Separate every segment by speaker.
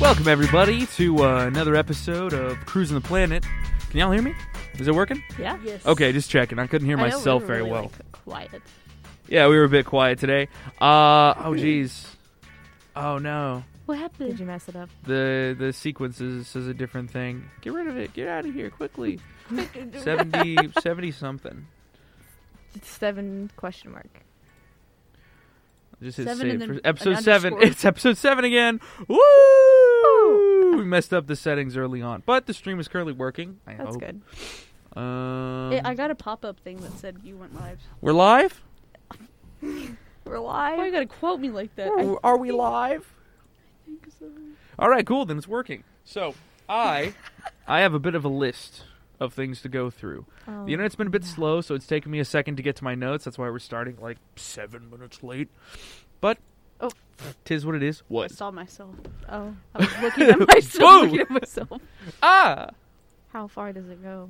Speaker 1: Welcome everybody to uh, another episode of Cruising the Planet. Can y'all hear me? Is it working?
Speaker 2: Yeah.
Speaker 3: Yes.
Speaker 1: Okay, just checking. I couldn't hear
Speaker 2: I know we
Speaker 1: myself
Speaker 2: were
Speaker 1: very
Speaker 2: really,
Speaker 1: well.
Speaker 2: like, quiet.
Speaker 1: Yeah, we were a bit quiet today. Uh oh jeez. Oh no.
Speaker 2: What
Speaker 3: Did
Speaker 2: happened?
Speaker 3: you mess it up?
Speaker 1: The the sequence is, is a different thing. Get rid of it. Get out of here quickly. 70 70 something.
Speaker 3: It's seven question mark.
Speaker 1: Just hit
Speaker 2: Seven
Speaker 1: save.
Speaker 2: and then
Speaker 1: for-
Speaker 2: an
Speaker 1: episode seven.
Speaker 2: underscore.
Speaker 1: It's episode seven again. Woo! We messed up the settings early on, but the stream is currently working. I
Speaker 3: That's
Speaker 1: hope.
Speaker 3: good.
Speaker 1: Um,
Speaker 2: Hey, I got a pop-up thing that said you went live.
Speaker 1: we're live.
Speaker 3: We're
Speaker 2: Why you
Speaker 3: live.
Speaker 2: gotta quote me like that?
Speaker 1: Are- are we live? All right, cool. Then it's working. So I, I have a bit of a list of things to go through.
Speaker 3: Oh.
Speaker 1: The internet's been a bit slow, so it's taken me a second to get to my notes. That's why we're starting like seven minutes late. But
Speaker 2: Oh.
Speaker 1: tis what it is.
Speaker 2: I
Speaker 1: What?
Speaker 2: saw myself.
Speaker 3: Oh,
Speaker 2: I was looking at myself.
Speaker 1: Whoa!
Speaker 2: looking at myself.
Speaker 1: Ah.
Speaker 3: how far does it go?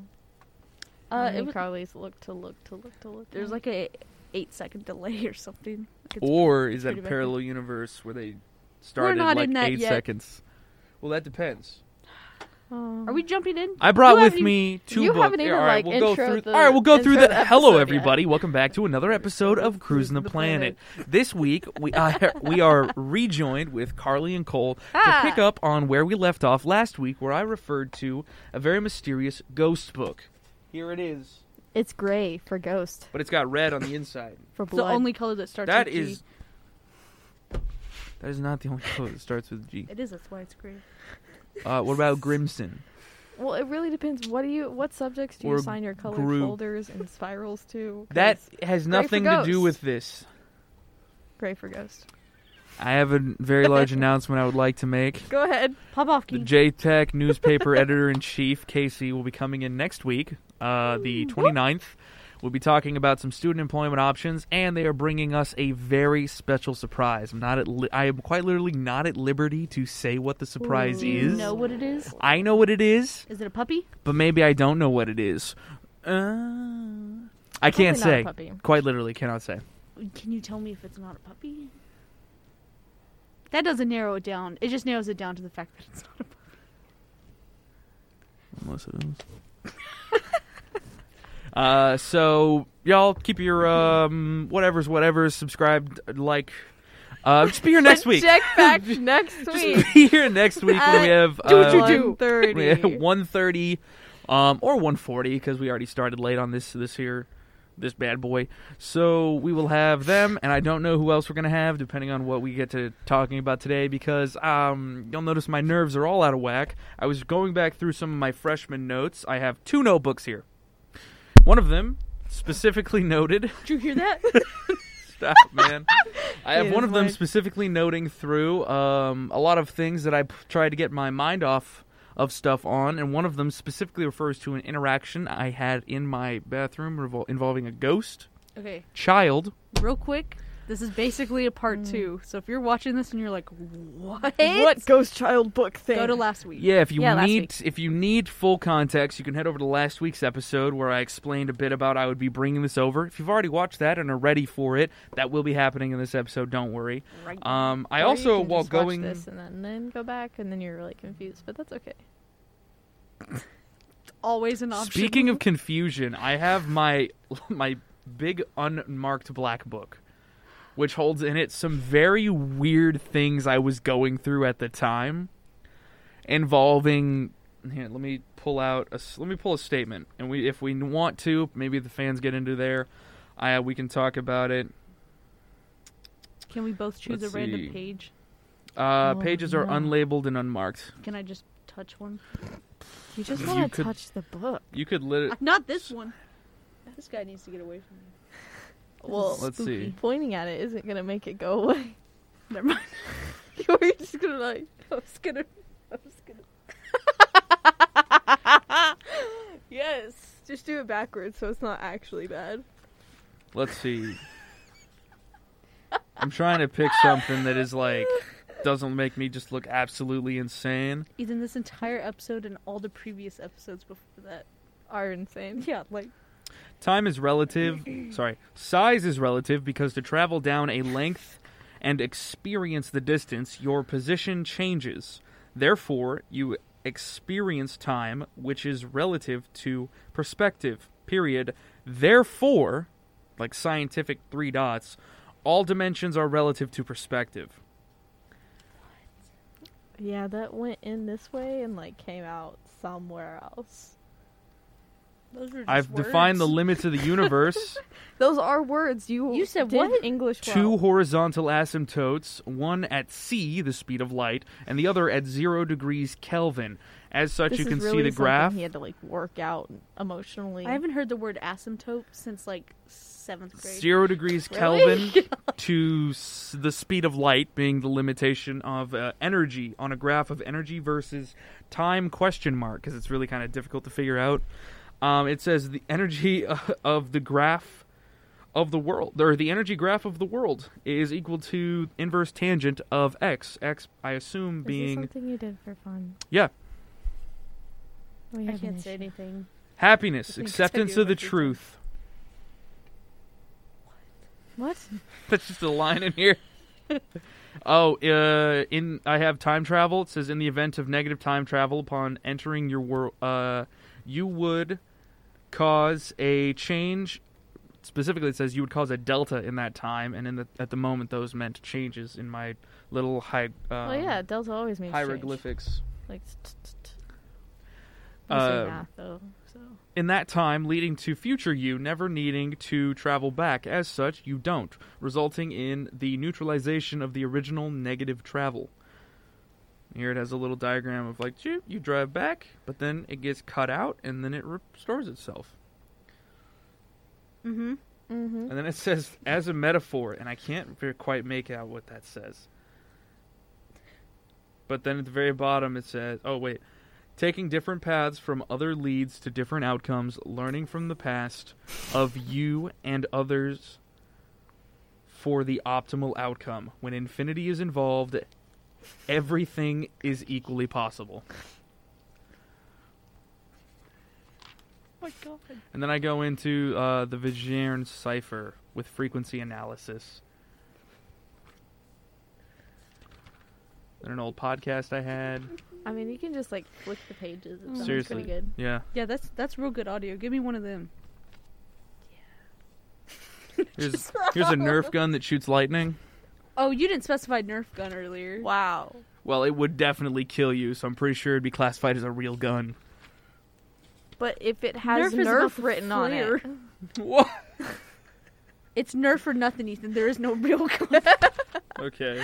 Speaker 3: How
Speaker 1: Oh
Speaker 2: Uh,
Speaker 3: many
Speaker 2: it was,
Speaker 3: Carly's look to look to look to look.
Speaker 2: there's
Speaker 3: at?
Speaker 2: like a eight-second delay or something. Like it's-
Speaker 1: Or is that a
Speaker 2: pretty bad.
Speaker 1: parallel universe where they started
Speaker 2: not
Speaker 1: like
Speaker 2: in that
Speaker 1: eight
Speaker 2: yet.
Speaker 1: seconds? Well, that depends.
Speaker 3: Oh.
Speaker 2: Are we jumping in?
Speaker 1: I brought
Speaker 2: You
Speaker 1: with
Speaker 2: haven't
Speaker 1: me two
Speaker 3: you
Speaker 1: books.
Speaker 3: haven't even,
Speaker 1: all right,
Speaker 3: like,
Speaker 1: we'll go
Speaker 3: introed
Speaker 1: through.
Speaker 3: the-
Speaker 1: all right, we'll go through
Speaker 3: introed
Speaker 1: the.
Speaker 3: the
Speaker 1: Hello,
Speaker 3: episode yet.
Speaker 1: everybody! Welcome back to another episode of Cruising the
Speaker 3: the
Speaker 1: Planet.
Speaker 3: Planet.
Speaker 1: this week we I, we are rejoined with Carly and Cole
Speaker 2: Ah.
Speaker 1: to pick up on where we left off last week, where I referred to a very mysterious ghost book. Here it is,
Speaker 3: It's gray for ghost
Speaker 1: but it's got red on the inside.
Speaker 3: for
Speaker 2: It's the
Speaker 3: blood.
Speaker 2: only color that starts
Speaker 1: That
Speaker 2: with G.
Speaker 1: is. That is not the only color that starts with G.
Speaker 2: It is. That's why it's green.
Speaker 1: Uh, what about Grimson?
Speaker 3: Well, it really depends. What do you? What subjects do you
Speaker 1: Or
Speaker 3: assign your color
Speaker 1: group.
Speaker 3: folders and spirals to? 'Cause
Speaker 1: That has
Speaker 3: Great for
Speaker 1: nothing to do
Speaker 3: ghosts.
Speaker 1: with this.
Speaker 3: gray for ghost.
Speaker 1: I have a very large announcement I would like to make.
Speaker 3: Go ahead.
Speaker 2: Pop off,
Speaker 1: The
Speaker 2: Keith.
Speaker 1: JTech newspaper editor in chief, Casey, will be coming in next week, uh, the 29th. We'll be talking about some student employment options, and they are bringing us a very special surprise. I'm not at li- I am quite literally not at liberty to say what the surprise
Speaker 2: Do you
Speaker 1: is.
Speaker 2: know what it is?
Speaker 1: I know what it is,
Speaker 2: Is it a puppy?
Speaker 1: but maybe I don't know what it is. Uh, I can't
Speaker 3: Probably not a
Speaker 1: say.
Speaker 3: puppy.
Speaker 1: Quite literally, cannot say.
Speaker 2: Can you tell me if it's not a puppy? That doesn't narrow it down. It just narrows it down to the fact that it's not a puppy.
Speaker 1: Unless it is. uh, so y'all keep your um whatever's whatever's subscribed like. Uh, just be here next week.
Speaker 3: Check back next week.
Speaker 1: Just be here next week when we have
Speaker 3: do what
Speaker 1: uh,
Speaker 3: you do.
Speaker 1: we have one thirty, um or one forty because we already started late on this this here this bad boy. So we will have them, and I don't know who else we're gonna have depending on what we get to talking about today because um you'll notice my nerves are all out of whack. I was going back through some of my freshman notes. I have two notebooks here. One of them specifically noted.
Speaker 2: Did you hear that?
Speaker 1: Stop, man. I have
Speaker 3: It
Speaker 1: one
Speaker 3: is
Speaker 1: of them
Speaker 3: like-
Speaker 1: specifically noting through um, a lot of things that I p- tried to get my mind off of stuff on, and one of them specifically refers to an interaction I had in my bathroom revol- involving a ghost
Speaker 2: okay,
Speaker 1: child.
Speaker 2: real quick. This is basically a part
Speaker 1: Hmm.
Speaker 2: two. So if you're watching this and you're like, what?
Speaker 3: What ghost child book thing?
Speaker 2: Go to last week.
Speaker 1: Yeah, if you
Speaker 3: Yeah, last
Speaker 1: need if you need full context, you can head over to last week's episode where I explained a bit about I would be bringing this over. If you've already watched that and are ready for it, that will be happening in this episode. Don't worry.
Speaker 2: Right.
Speaker 1: Um, I
Speaker 3: Or you
Speaker 1: also
Speaker 3: can
Speaker 1: while
Speaker 3: just watch
Speaker 1: going
Speaker 3: this and then, then go back and then you're really confused, but that's okay.
Speaker 2: Always an option.
Speaker 1: Speaking of confusion, I have my my big unmarked black book, which holds in it some very weird things I was going through at the time, involving. Here, let me pull out a s- let me pull a statement, and we if we want to, maybe the fans get into there. I we can talk about it.
Speaker 2: Can we both choose
Speaker 1: Let's
Speaker 2: a random
Speaker 1: see.
Speaker 2: page?
Speaker 1: Uh,
Speaker 3: Oh,
Speaker 1: pages are
Speaker 3: no.
Speaker 1: unlabeled and unmarked.
Speaker 2: Can I just touch one?
Speaker 3: You just
Speaker 1: You
Speaker 3: want to
Speaker 1: could-
Speaker 3: touch the book.
Speaker 1: You could lit.
Speaker 2: Not this one. This guy needs to get away from me.
Speaker 3: Well,
Speaker 1: Let's see.
Speaker 3: pointing at it isn't going to make it go away.
Speaker 2: Never mind.
Speaker 3: You're just going to like,
Speaker 2: I was gonna. I was gonna.
Speaker 3: yes, just do it backwards so it's not actually bad.
Speaker 1: Let's see. I'm trying to pick something that is like doesn't make me just look absolutely insane.
Speaker 2: Ethan, this entire episode and all the previous episodes before that.
Speaker 3: Are insane.
Speaker 2: Yeah, like
Speaker 1: Time is relative. Sorry, size is relative because to travel down a length and experience the distance, your position changes. Therefore, you experience time which is relative to perspective, period. Therefore, like scientific three dots, all dimensions are relative to perspective.
Speaker 4: Yeah, that went in this way and like came out somewhere else.
Speaker 2: Those are just
Speaker 1: I've defined the
Speaker 2: words.
Speaker 1: limits of the universe.
Speaker 4: Those are words you
Speaker 2: You said
Speaker 4: did
Speaker 2: what?
Speaker 4: English
Speaker 1: two
Speaker 4: well.
Speaker 1: horizontal asymptotes, one at c, the speed of light, and the other at zero degrees Kelvin. As such,
Speaker 4: This
Speaker 1: you
Speaker 4: is
Speaker 1: can see
Speaker 4: really
Speaker 1: the
Speaker 4: something
Speaker 1: graph.
Speaker 4: He had to like work out emotionally.
Speaker 5: I haven't heard the word asymptote since like seventh grade.
Speaker 1: Zero degrees
Speaker 2: Really?
Speaker 1: Kelvin to s- the speed of light being the limitation of uh, energy on a graph of energy versus time question mark because it's really kind of difficult to figure out. Um, it says the energy uh, of the graph of the world or the energy graph of the world is equal to inverse tangent of x. X I assume being
Speaker 3: something you did for fun?
Speaker 1: Yeah.
Speaker 3: We
Speaker 2: I
Speaker 3: have an
Speaker 2: can't say
Speaker 3: issue.
Speaker 2: anything.
Speaker 1: happiness,
Speaker 2: Thanks,
Speaker 1: acceptance
Speaker 2: Peggy,
Speaker 1: of the
Speaker 2: what you
Speaker 1: truth.
Speaker 3: What?
Speaker 1: That's just a line in here. oh, uh, in I have time travel. It says in the event of negative time travel upon entering your world, uh, you would cause a change. Specifically, it says you would cause a delta in that time, and in the at the moment, those meant changes in my little high. Um,
Speaker 4: Oh yeah, Delta always makes change.
Speaker 1: hieroglyphics.
Speaker 4: Like, t- t- t-
Speaker 1: Uh,
Speaker 4: Mostly math though. So
Speaker 1: in that time, leading to future you never needing to travel back. As such, you don't, resulting in the neutralization of the original negative travel. Here it has a little diagram of like, you, you drive back, but then it gets cut out and then it restores itself.
Speaker 5: Mm-hmm.
Speaker 4: mm-hmm.
Speaker 1: And then it says, as a metaphor, and I can't ver- quite make out what that says. But then at the very bottom it says, oh, wait. Taking different paths from other leads to different outcomes, learning from the past of you and others for the optimal outcome. When infinity is involved, everything is equally possible.
Speaker 2: Oh my god.
Speaker 1: And then I go into uh, the Vigierne cipher with frequency analysis. They're an old podcast I had.
Speaker 4: I mean, you can just like flick the pages. It sounds
Speaker 1: Seriously.
Speaker 4: pretty good.
Speaker 1: Yeah,
Speaker 2: Yeah, that's that's real good audio. Give me one of them.
Speaker 1: here's here's a Nerf gun that shoots lightning.
Speaker 2: Oh, you didn't specify Nerf gun earlier.
Speaker 4: Wow.
Speaker 1: Well, it would definitely kill you, so I'm pretty sure it'd be classified as a real gun.
Speaker 4: But if it has
Speaker 2: Nerf is
Speaker 4: Nerf,
Speaker 2: about the
Speaker 4: written on
Speaker 2: flare.
Speaker 4: it,
Speaker 1: What?
Speaker 2: It's Nerf or nothing, Ethan. There is no real gun.
Speaker 1: Okay.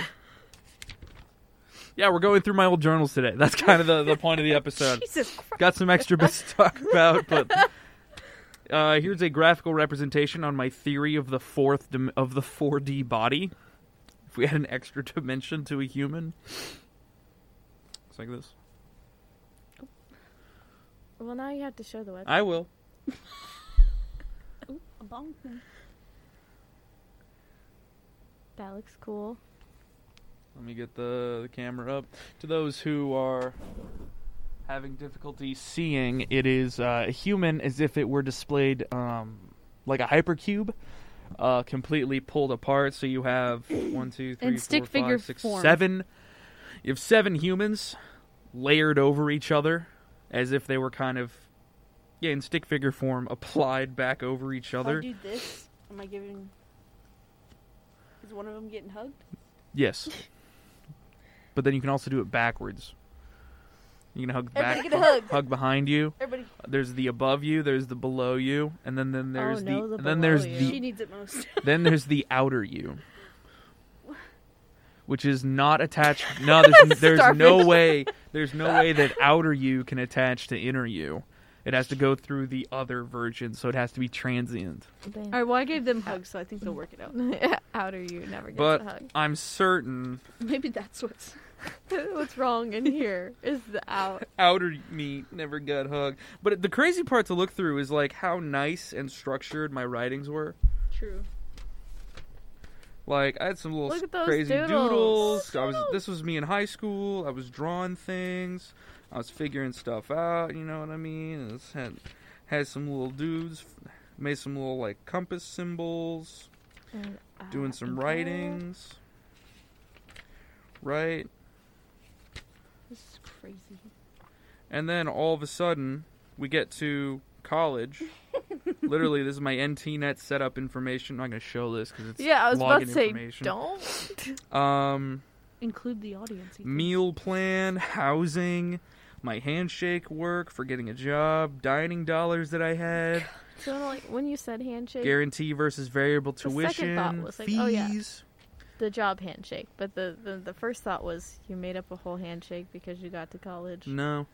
Speaker 1: Yeah, we're going through my old journals today. That's kind of the, the point of the episode.
Speaker 2: Jesus Christ.
Speaker 1: got some extra bits to talk about, but uh, here's a graphical representation on my theory of the fourth dim- of the 4D body. If we had an extra dimension to a human, it's like this.
Speaker 3: Well, now you have to show the website.
Speaker 1: I will.
Speaker 3: That looks cool.
Speaker 1: Let me get the, the camera up. To those who are having difficulty seeing, it is uh, a human as if it were displayed um, like a hypercube, uh, completely pulled apart. So you have one, two, three,
Speaker 2: In stick
Speaker 1: four, five,
Speaker 2: figure
Speaker 1: six,
Speaker 2: form.
Speaker 1: seven- You have seven humans layered over each other as if they were kind of, yeah, in stick figure form, applied back over each
Speaker 2: If I
Speaker 1: other.
Speaker 2: do this, am I giving? Is one of them getting hugged?
Speaker 1: Yes. But then you can also do it backwards. You can hug back,
Speaker 2: Everybody get a hug.
Speaker 1: hug behind you.
Speaker 2: Everybody.
Speaker 1: There's the above you. There's the below you, and then then there's
Speaker 4: no,
Speaker 1: the,
Speaker 4: the
Speaker 1: and then
Speaker 4: below
Speaker 1: there's
Speaker 4: you.
Speaker 1: the
Speaker 2: She needs it most.
Speaker 1: then there's the outer you, which is not attached. No, there's, there's no
Speaker 2: Starfish.
Speaker 1: way. There's no way that outer you can attach to inner you. It has to go through the other version, so it has to be transient.
Speaker 3: Bam.
Speaker 2: All right. Well, I gave them hugs, so I think they'll work it out.
Speaker 4: out of you never gets
Speaker 1: But-
Speaker 4: a hug.
Speaker 1: I'm certain
Speaker 2: Maybe that's what's.
Speaker 4: What's wrong in here is the out.
Speaker 1: outer me never got hugged. But the crazy part to look through is like how nice and structured my writings were.
Speaker 2: True.
Speaker 1: Like I had some little
Speaker 4: Look at those
Speaker 1: crazy doodles.
Speaker 4: doodles.
Speaker 1: I was this was me in high school. I was drawing things. I was figuring stuff out. You know what I mean? It's had had some little dudes. Made some little like compass symbols.
Speaker 3: And, uh,
Speaker 1: Doing some
Speaker 3: and, uh,
Speaker 1: writings. Right.
Speaker 2: This is crazy.
Speaker 1: And then all of a sudden, we get to college. Literally, this is my NTNet E setup information. I'm not going to show this because it's
Speaker 6: Yeah, I was about
Speaker 1: login
Speaker 6: to say,
Speaker 1: information.
Speaker 6: don't.
Speaker 1: Um,
Speaker 2: Include the audience. Ethan.
Speaker 1: meal plan, housing, my handshake work for getting a job, dining dollars that I had,
Speaker 3: So when, like when you said handshake,
Speaker 1: guarantee versus variable
Speaker 3: The second
Speaker 1: tuition,
Speaker 3: thought was like,
Speaker 1: fees.
Speaker 3: oh, yeah. the job handshake, but the, the the first thought was you made up a whole handshake because you got to college.
Speaker 1: No.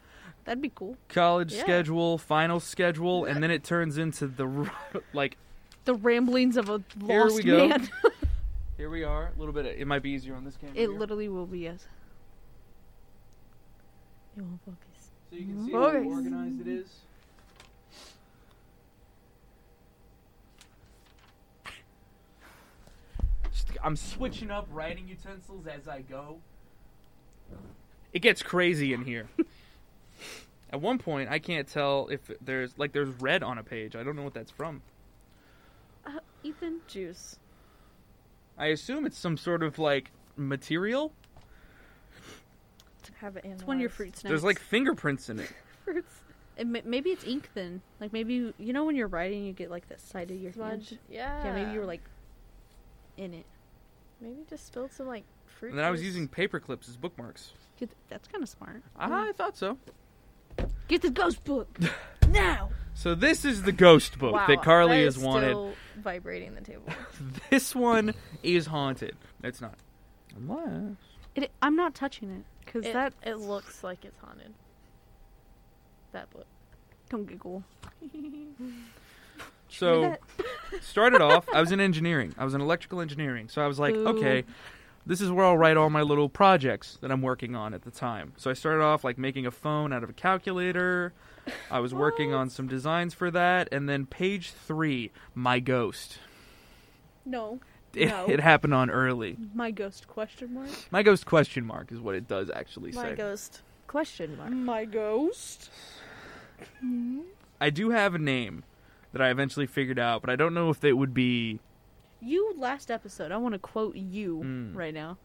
Speaker 2: That'd be cool.
Speaker 1: College
Speaker 3: Yeah.
Speaker 1: schedule, final schedule, and then it turns into the r- like
Speaker 2: The ramblings of a
Speaker 1: Here
Speaker 2: lost
Speaker 1: we go.
Speaker 2: man.
Speaker 1: here we are. A little bit. It might be easier on this camera.
Speaker 2: it
Speaker 1: here.
Speaker 2: literally will be us.
Speaker 3: You won't focus.
Speaker 1: So you can see how
Speaker 2: Boris.
Speaker 1: organized it is. Just- I'm switching up writing utensils as I go. It gets crazy in here. At one point, I can't tell if there's like there's red on a page. I don't know what that's from.
Speaker 3: Uh, Ethan, juice.
Speaker 1: I assume it's some sort of like material.
Speaker 3: Have it.
Speaker 2: It's one of your fruit snacks.
Speaker 1: There's like fingerprints in it.
Speaker 3: fruits.
Speaker 2: It ma- maybe it's ink then. Like maybe you, you know when you're writing, you get like that side of your
Speaker 3: Smudge.
Speaker 2: hand.
Speaker 3: Yeah.
Speaker 2: Yeah, maybe you were like in it.
Speaker 3: Maybe just spilled some like fruit.
Speaker 1: And then I was
Speaker 3: juice.
Speaker 1: using paper clips as bookmarks. Ah,
Speaker 2: Get th- that's kind of smart.
Speaker 1: I thought so.
Speaker 2: Get the ghost book now.
Speaker 1: So this is the ghost book
Speaker 3: Wow,
Speaker 1: that Carly
Speaker 3: that
Speaker 1: has
Speaker 3: is
Speaker 1: wanted.
Speaker 3: Still vibrating the table.
Speaker 1: This one is haunted. It's not. Unless
Speaker 2: It, I'm not touching it because
Speaker 3: it,
Speaker 2: that
Speaker 3: it looks like it's haunted. That book.
Speaker 2: don't giggle.
Speaker 1: so started off, I was in engineering. I was in electrical engineering. So I was like,
Speaker 2: Ooh.
Speaker 1: okay, this is where I'll write all my little projects that I'm working on at the time. So I started off like making a phone out of a calculator. I was working on some designs for that, and then page three, my ghost.
Speaker 2: No,
Speaker 1: It,
Speaker 2: No.
Speaker 1: it happened on early.
Speaker 2: my ghost question mark.
Speaker 1: My ghost question mark is what it does actually
Speaker 7: My
Speaker 1: say.
Speaker 7: ghost.
Speaker 3: Question mark.
Speaker 2: My ghost.
Speaker 1: I do have a name that I eventually figured out, but I don't know if it would be.
Speaker 2: You last episode. I want to quote you
Speaker 1: Mm.
Speaker 2: right now.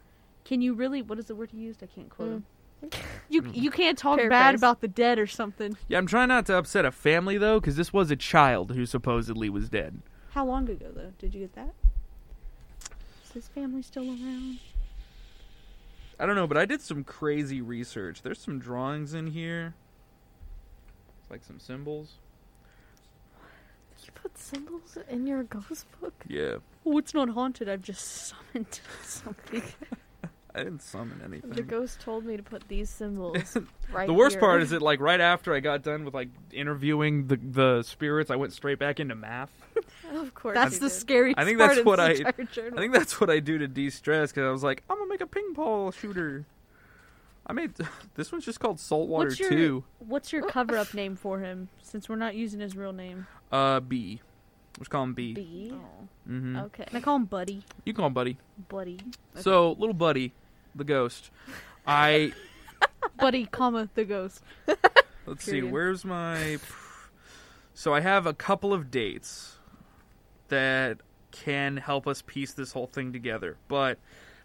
Speaker 2: Can you really? What is the word you used? I can't quote
Speaker 3: Mm.
Speaker 2: him. You you can't talk bad
Speaker 3: Paraphrase.
Speaker 2: about the dead or something.
Speaker 1: Yeah, I'm trying not to upset a family though, because this was a child who supposedly was dead.
Speaker 2: How long ago though? Did you get that? Is his family still around?
Speaker 1: I don't know, but I did some crazy research. There's some drawings in here, it's like some symbols.
Speaker 3: You put symbols in your ghost book.
Speaker 1: Yeah,
Speaker 2: Oh, it's not haunted. I've just summoned something.
Speaker 1: I didn't summon anything.
Speaker 3: The ghost told me to put these symbols. right
Speaker 1: the worst
Speaker 3: here.
Speaker 1: part is that, like, right after I got done with like interviewing the the spirits, I went straight back into math.
Speaker 3: of course.
Speaker 2: That's
Speaker 3: you
Speaker 2: the
Speaker 3: did.
Speaker 2: scary.
Speaker 1: I think that's
Speaker 2: part of
Speaker 1: what
Speaker 2: this
Speaker 1: I-
Speaker 2: entire journal.
Speaker 1: I think that's what I do to de-stress because I was like, I'm gonna make a ping pong shooter. I made this one's just called Saltwater
Speaker 2: What's your-
Speaker 1: Two.
Speaker 2: What's your cover up name for him? Since we're not using his real name. Oh,
Speaker 1: Uh, B. Let's call him B.
Speaker 3: B.
Speaker 1: Mm-hmm.
Speaker 3: Okay.
Speaker 2: Can I call him Buddy?
Speaker 1: You can call him Buddy.
Speaker 3: Bloody.
Speaker 1: So little Buddy, the ghost. I
Speaker 2: Buddy, comma the ghost.
Speaker 1: let's see.
Speaker 2: Period.
Speaker 1: Where's my? So I have a couple of dates that can help us piece this whole thing together. But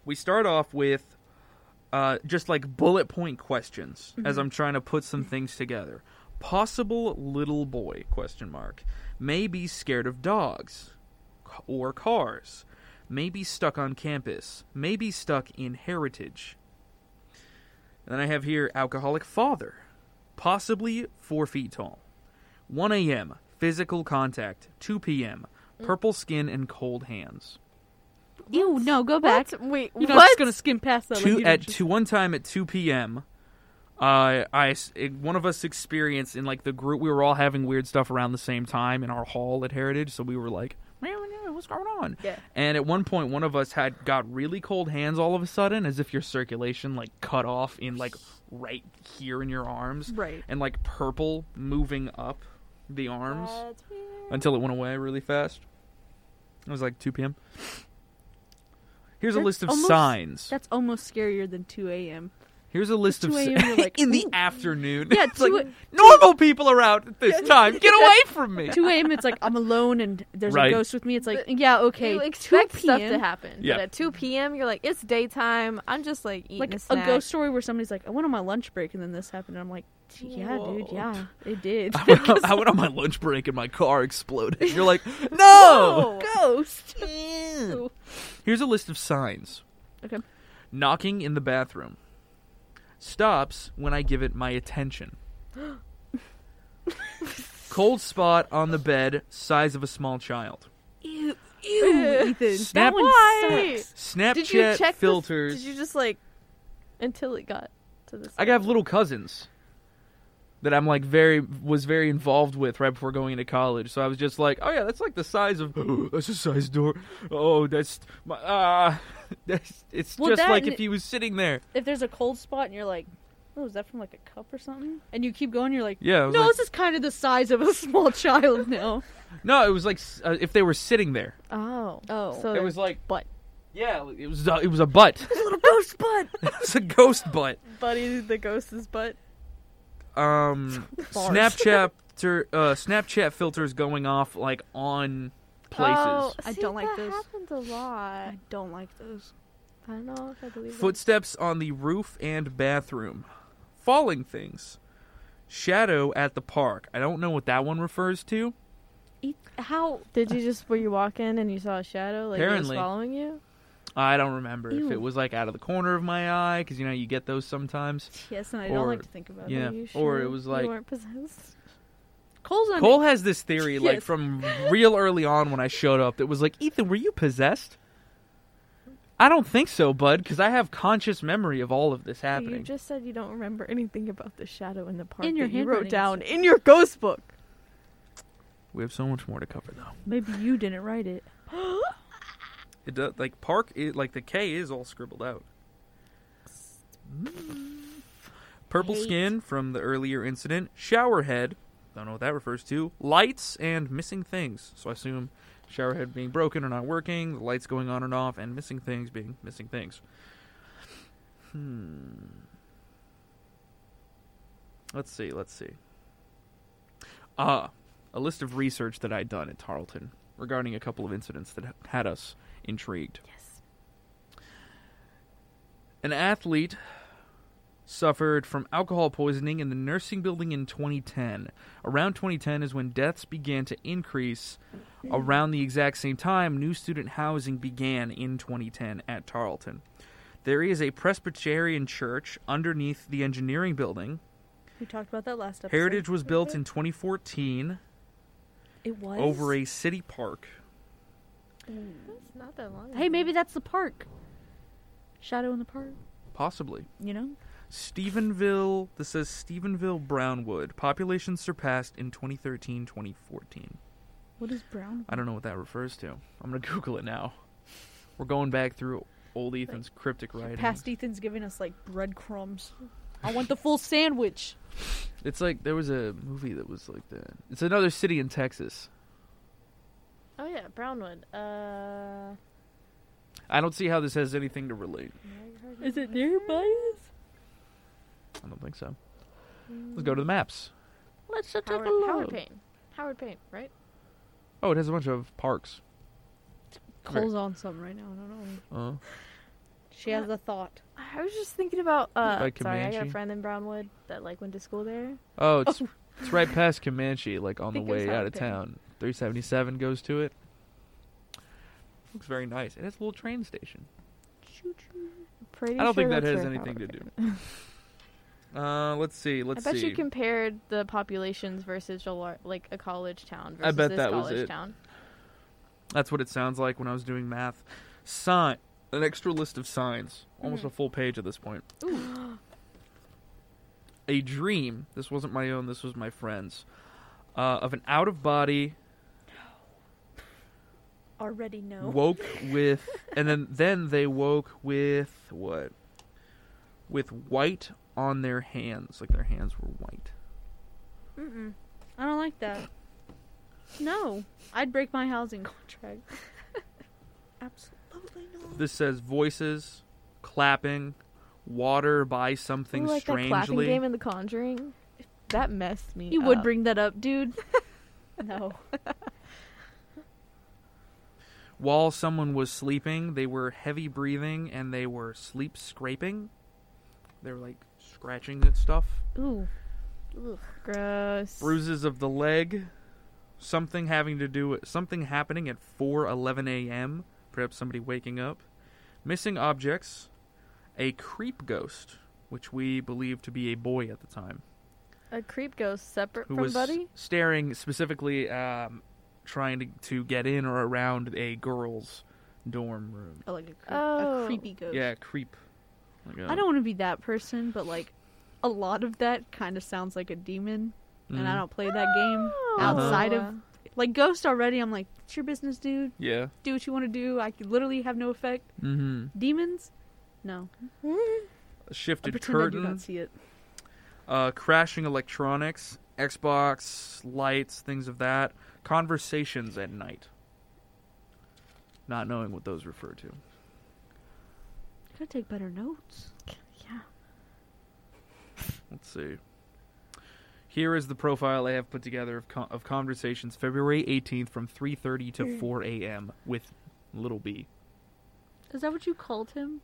Speaker 1: we start off with uh, just like bullet point questions as I'm trying to put some things together. Possible little boy question mark may be scared of dogs c- or cars. May be stuck on campus. May be stuck in heritage. And then I have here alcoholic father, possibly four feet tall. 1 a.m. Physical contact. 2 p.m. Purple skin and cold hands.
Speaker 2: Ew, no, go back.
Speaker 3: What? Wait.
Speaker 2: You're not
Speaker 3: what?
Speaker 2: just gonna skim past that. like
Speaker 1: two
Speaker 2: you did
Speaker 1: at
Speaker 2: just-
Speaker 1: two one time at 2 p.m. Uh, I s- it- one of us experienced in like the group we were all having weird stuff around the same time in our hall at Heritage, so we were like, "Man, what's going on?"
Speaker 3: Yeah.
Speaker 1: And at one point, one of us had got really cold hands all of a sudden, as if your circulation like cut off in like right here in your arms,
Speaker 2: Right.
Speaker 1: and like purple moving up the arms
Speaker 7: That's weird.
Speaker 1: until it went away really fast. It was like 2 p.m. Here's a
Speaker 2: That's
Speaker 1: list of
Speaker 2: almost-
Speaker 1: signs.
Speaker 2: That's almost scarier than 2 a.m.
Speaker 1: Here's a list of
Speaker 3: 2
Speaker 1: se-
Speaker 3: a.m., you're like,
Speaker 1: in the
Speaker 3: "Ooh."
Speaker 1: afternoon.
Speaker 3: Yeah,
Speaker 1: it's like,
Speaker 3: two-
Speaker 1: normal people are out at this time. Get away from me.
Speaker 2: 2 a.m. It's like I'm alone and there's
Speaker 1: Right.
Speaker 2: a ghost with me. It's like yeah, okay.
Speaker 3: you
Speaker 2: 2
Speaker 3: expect stuff
Speaker 2: p.m.
Speaker 3: to happen.
Speaker 1: Yeah.
Speaker 3: But at 2 p.m., you're like, it's daytime. I'm just like eating
Speaker 2: Like
Speaker 3: a,
Speaker 2: a,
Speaker 3: snack.
Speaker 2: ghost story where somebody's like, I went on my lunch break and then this happened. And I'm like, yeah, dude,
Speaker 8: Whoa.
Speaker 2: yeah, it did.
Speaker 1: I went, on, I went on my lunch break and my car exploded. You're like, no.
Speaker 2: ghost.
Speaker 1: Ew. Here's a list of signs.
Speaker 2: Okay.
Speaker 1: Knocking in the bathroom. Stops when I give it my attention. Cold spot on the bed, size of a small child.
Speaker 2: Ew, ew, Ethan.
Speaker 1: Snap-
Speaker 2: that one
Speaker 3: Why?
Speaker 2: sucks.
Speaker 1: Snapchat
Speaker 3: Did you check the-
Speaker 1: filters.
Speaker 3: did you just like until it got to this?
Speaker 1: I have little cousins that I'm like very was very involved with right before going into college. So I was just like, oh yeah, that's like the size of that's a size door. Oh, that's my ah. that's it's
Speaker 2: Well,
Speaker 1: just
Speaker 2: that
Speaker 1: like
Speaker 2: and-
Speaker 1: if he was sitting there.
Speaker 2: If there's a cold spot and you're like, oh, is that from like a cup or something? And you keep going, you're like,
Speaker 1: Yeah, I was
Speaker 2: no,
Speaker 1: like-
Speaker 2: this is kind of the size of a small child now.
Speaker 1: No, it was like s- uh, if they were sitting there.
Speaker 3: Oh.
Speaker 2: Oh.
Speaker 3: So
Speaker 1: it was like
Speaker 3: butt.
Speaker 1: Yeah, it was uh, it was a butt.
Speaker 2: little ghost butt.
Speaker 1: it was a ghost butt.
Speaker 8: Buddy the ghost's butt.
Speaker 1: Um, Snapchat ter- uh, Snapchat filters going off like on places.
Speaker 3: Oh,
Speaker 2: I
Speaker 3: see,
Speaker 2: don't like
Speaker 3: that
Speaker 2: those.
Speaker 3: happens a lot.
Speaker 2: I don't like those.
Speaker 3: I don't know if I believe that.
Speaker 1: Footsteps on the roof and bathroom. Falling things. Shadow at the park. I don't know what that one refers to.
Speaker 2: How?
Speaker 3: Did you just were you walking and you saw a shadow like it was
Speaker 1: Apparently.
Speaker 3: following you?
Speaker 1: I don't remember if
Speaker 2: Ew.
Speaker 1: it was like out of the corner of my eye because you know you get those sometimes.
Speaker 2: Yes, and I
Speaker 1: Or-
Speaker 2: don't like to think about
Speaker 1: Yeah,
Speaker 3: Are you
Speaker 1: or
Speaker 3: sure
Speaker 1: it was
Speaker 3: you
Speaker 1: like-
Speaker 3: weren't possessed.
Speaker 2: it. Cole's on
Speaker 1: Cole has this theory like
Speaker 2: Yes.
Speaker 1: from real early on when I showed up that was like, Ethan, were you possessed? I don't think so, bud, because I have conscious memory of all of this
Speaker 3: You
Speaker 1: happening.
Speaker 3: just said you don't remember anything about the shadow in the park
Speaker 2: In your
Speaker 3: that you wrote down
Speaker 2: handwriting.
Speaker 3: in your ghost book.
Speaker 1: We have so much more to cover though.
Speaker 2: Maybe you didn't write it.
Speaker 1: It does like park it, like the K is all scribbled out. Purple
Speaker 3: Hate.
Speaker 1: skin from the earlier incident. Shower head. Don't know what that refers to. Lights and missing things. So I assume shower head being broken or not working, the lights going on and off, and missing things being missing things. Hmm. Let's see. Let's see. Ah, a list of research that I'd done at Tarleton regarding a couple of incidents that had us intrigued.
Speaker 3: Yes.
Speaker 1: An athlete suffered from alcohol poisoning in the nursing building in 2010. Around 2010 is when deaths began to increase. Around the exact same time, new student housing began in 2010 at Tarleton. There is a Presbyterian church underneath the engineering building.
Speaker 2: We talked about that last episode.
Speaker 1: Heritage was built in 2014
Speaker 2: It was
Speaker 1: over a city park.
Speaker 3: That's not that long.
Speaker 2: Hey, maybe that's the park. Shadow in the park.
Speaker 1: Possibly.
Speaker 2: You know.
Speaker 1: Stephenville, this says Stephenville Brownwood. Population surpassed in 2013 2014.
Speaker 2: What is brown?
Speaker 1: I don't know what that refers to. I'm going to Google it now. We're going back through old Ethan's cryptic writing.
Speaker 2: Past Ethan's giving us like breadcrumbs. I want the full sandwich.
Speaker 1: It's like there was a movie that was like that. It's another city in Texas.
Speaker 3: Oh yeah, Brownwood. Uh
Speaker 1: I don't see how this has anything to relate.
Speaker 2: Is it nearby?
Speaker 1: I don't think so. Let's go to the maps.
Speaker 2: Let's just
Speaker 3: Howard,
Speaker 2: take a look.
Speaker 3: Howard Payne. Howard Payne, right?
Speaker 1: Oh, it has a bunch of parks.
Speaker 2: Cole's on something right now. I don't know.
Speaker 1: Uh,
Speaker 2: She has a thought.
Speaker 3: I was just thinking about
Speaker 1: By
Speaker 3: uh sorry, I got
Speaker 1: Comanche?
Speaker 3: a friend in Brownwood that like went to school there.
Speaker 1: oh, it's, it's right past Comanche, like on the
Speaker 3: Think it was
Speaker 1: way out of
Speaker 3: Howard Payne.
Speaker 1: town. 377 goes to it. Looks very nice. It has a little train station.
Speaker 3: Pretty
Speaker 1: I don't think
Speaker 3: sure
Speaker 1: that
Speaker 3: that's
Speaker 1: has
Speaker 3: where
Speaker 1: anything to
Speaker 3: Howard
Speaker 1: do. Uh, let's see. Let's
Speaker 3: I bet
Speaker 1: see.
Speaker 3: you compared the populations versus a lar- like a college town versus
Speaker 1: I bet
Speaker 3: this
Speaker 1: that was
Speaker 3: college
Speaker 1: it.
Speaker 3: town.
Speaker 1: That's what it sounds like when I was doing math. Sign. An extra list of signs. Almost
Speaker 3: Mm.
Speaker 1: a full page at this point. a dream. This wasn't my own. This was my friend's. Uh, of an out of body
Speaker 2: Already no.
Speaker 1: woke with, and then then they woke with what? With white on their hands, like their hands were white.
Speaker 2: Mm-mm. I don't like that. No, I'd break my housing contract. Absolutely not.
Speaker 1: This says voices, clapping, water by something
Speaker 3: Ooh, like that clapping
Speaker 1: strangely.
Speaker 3: game in The Conjuring. That messed me.
Speaker 5: You
Speaker 1: Uh,
Speaker 5: would
Speaker 3: up.
Speaker 5: bring that up, dude.
Speaker 3: no.
Speaker 1: While someone was sleeping, they were heavy breathing and they were sleep scraping. They were like scratching at stuff.
Speaker 3: Ooh. Gross.
Speaker 1: Bruises of the leg. Something having to do with something happening at 4:11 a.m. Perhaps somebody waking up. Missing objects. A creep ghost, which we believed to be a boy at the time.
Speaker 3: A creep ghost separate
Speaker 1: who
Speaker 3: from
Speaker 1: was
Speaker 3: Buddy.
Speaker 1: staring specifically um, trying to, to get in or around a girl's dorm room.
Speaker 2: Oh, like a, creep,
Speaker 3: Oh.
Speaker 2: a creepy ghost.
Speaker 1: Yeah, creep. Like a-
Speaker 5: I don't want to be that person, but like a lot of that kind of sounds like a demon, and I
Speaker 1: Mhm.
Speaker 5: don't play that game
Speaker 3: Oh.
Speaker 5: outside of like Ghost already. I'm like, it's your business, dude.
Speaker 1: Yeah.
Speaker 5: Do what you want to do. I could literally have no effect.
Speaker 1: Mm-hmm.
Speaker 5: Demons, no. I
Speaker 1: Shifted
Speaker 5: pretend I do not
Speaker 1: curtains,
Speaker 5: see it.
Speaker 1: uh, crashing electronics, Xbox lights, things of that. Conversations at night. Not knowing what those refer to.
Speaker 5: Gotta take better notes.
Speaker 3: Yeah.
Speaker 1: Let's see. Here is the profile I have put together of, con- of conversations February 18th from 3:30 to 4 a.m. with little B.
Speaker 5: Is that what you called him?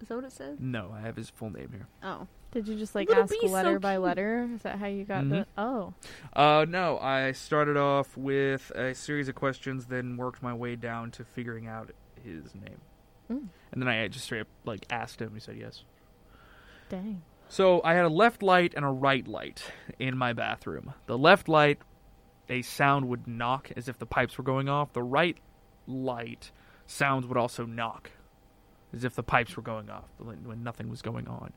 Speaker 5: Is that what it says?
Speaker 1: No, I have his full name here.
Speaker 5: Oh,
Speaker 3: Did you just like
Speaker 5: Little
Speaker 3: ask
Speaker 5: B's so
Speaker 3: letter by
Speaker 5: cute.
Speaker 3: letter? Is that how you got
Speaker 1: Mhm.
Speaker 3: the? Oh.
Speaker 1: Uh, no, I started off with a series of questions, then worked my way down to figuring out his name,
Speaker 3: Mm.
Speaker 1: and then I just straight up like asked him. He said yes.
Speaker 3: Dang.
Speaker 1: So I had a left light and a right light in my bathroom. The left light, a sound would knock as if the pipes were going off. The right light, sounds would also knock as if the pipes were going off when, when nothing was going on.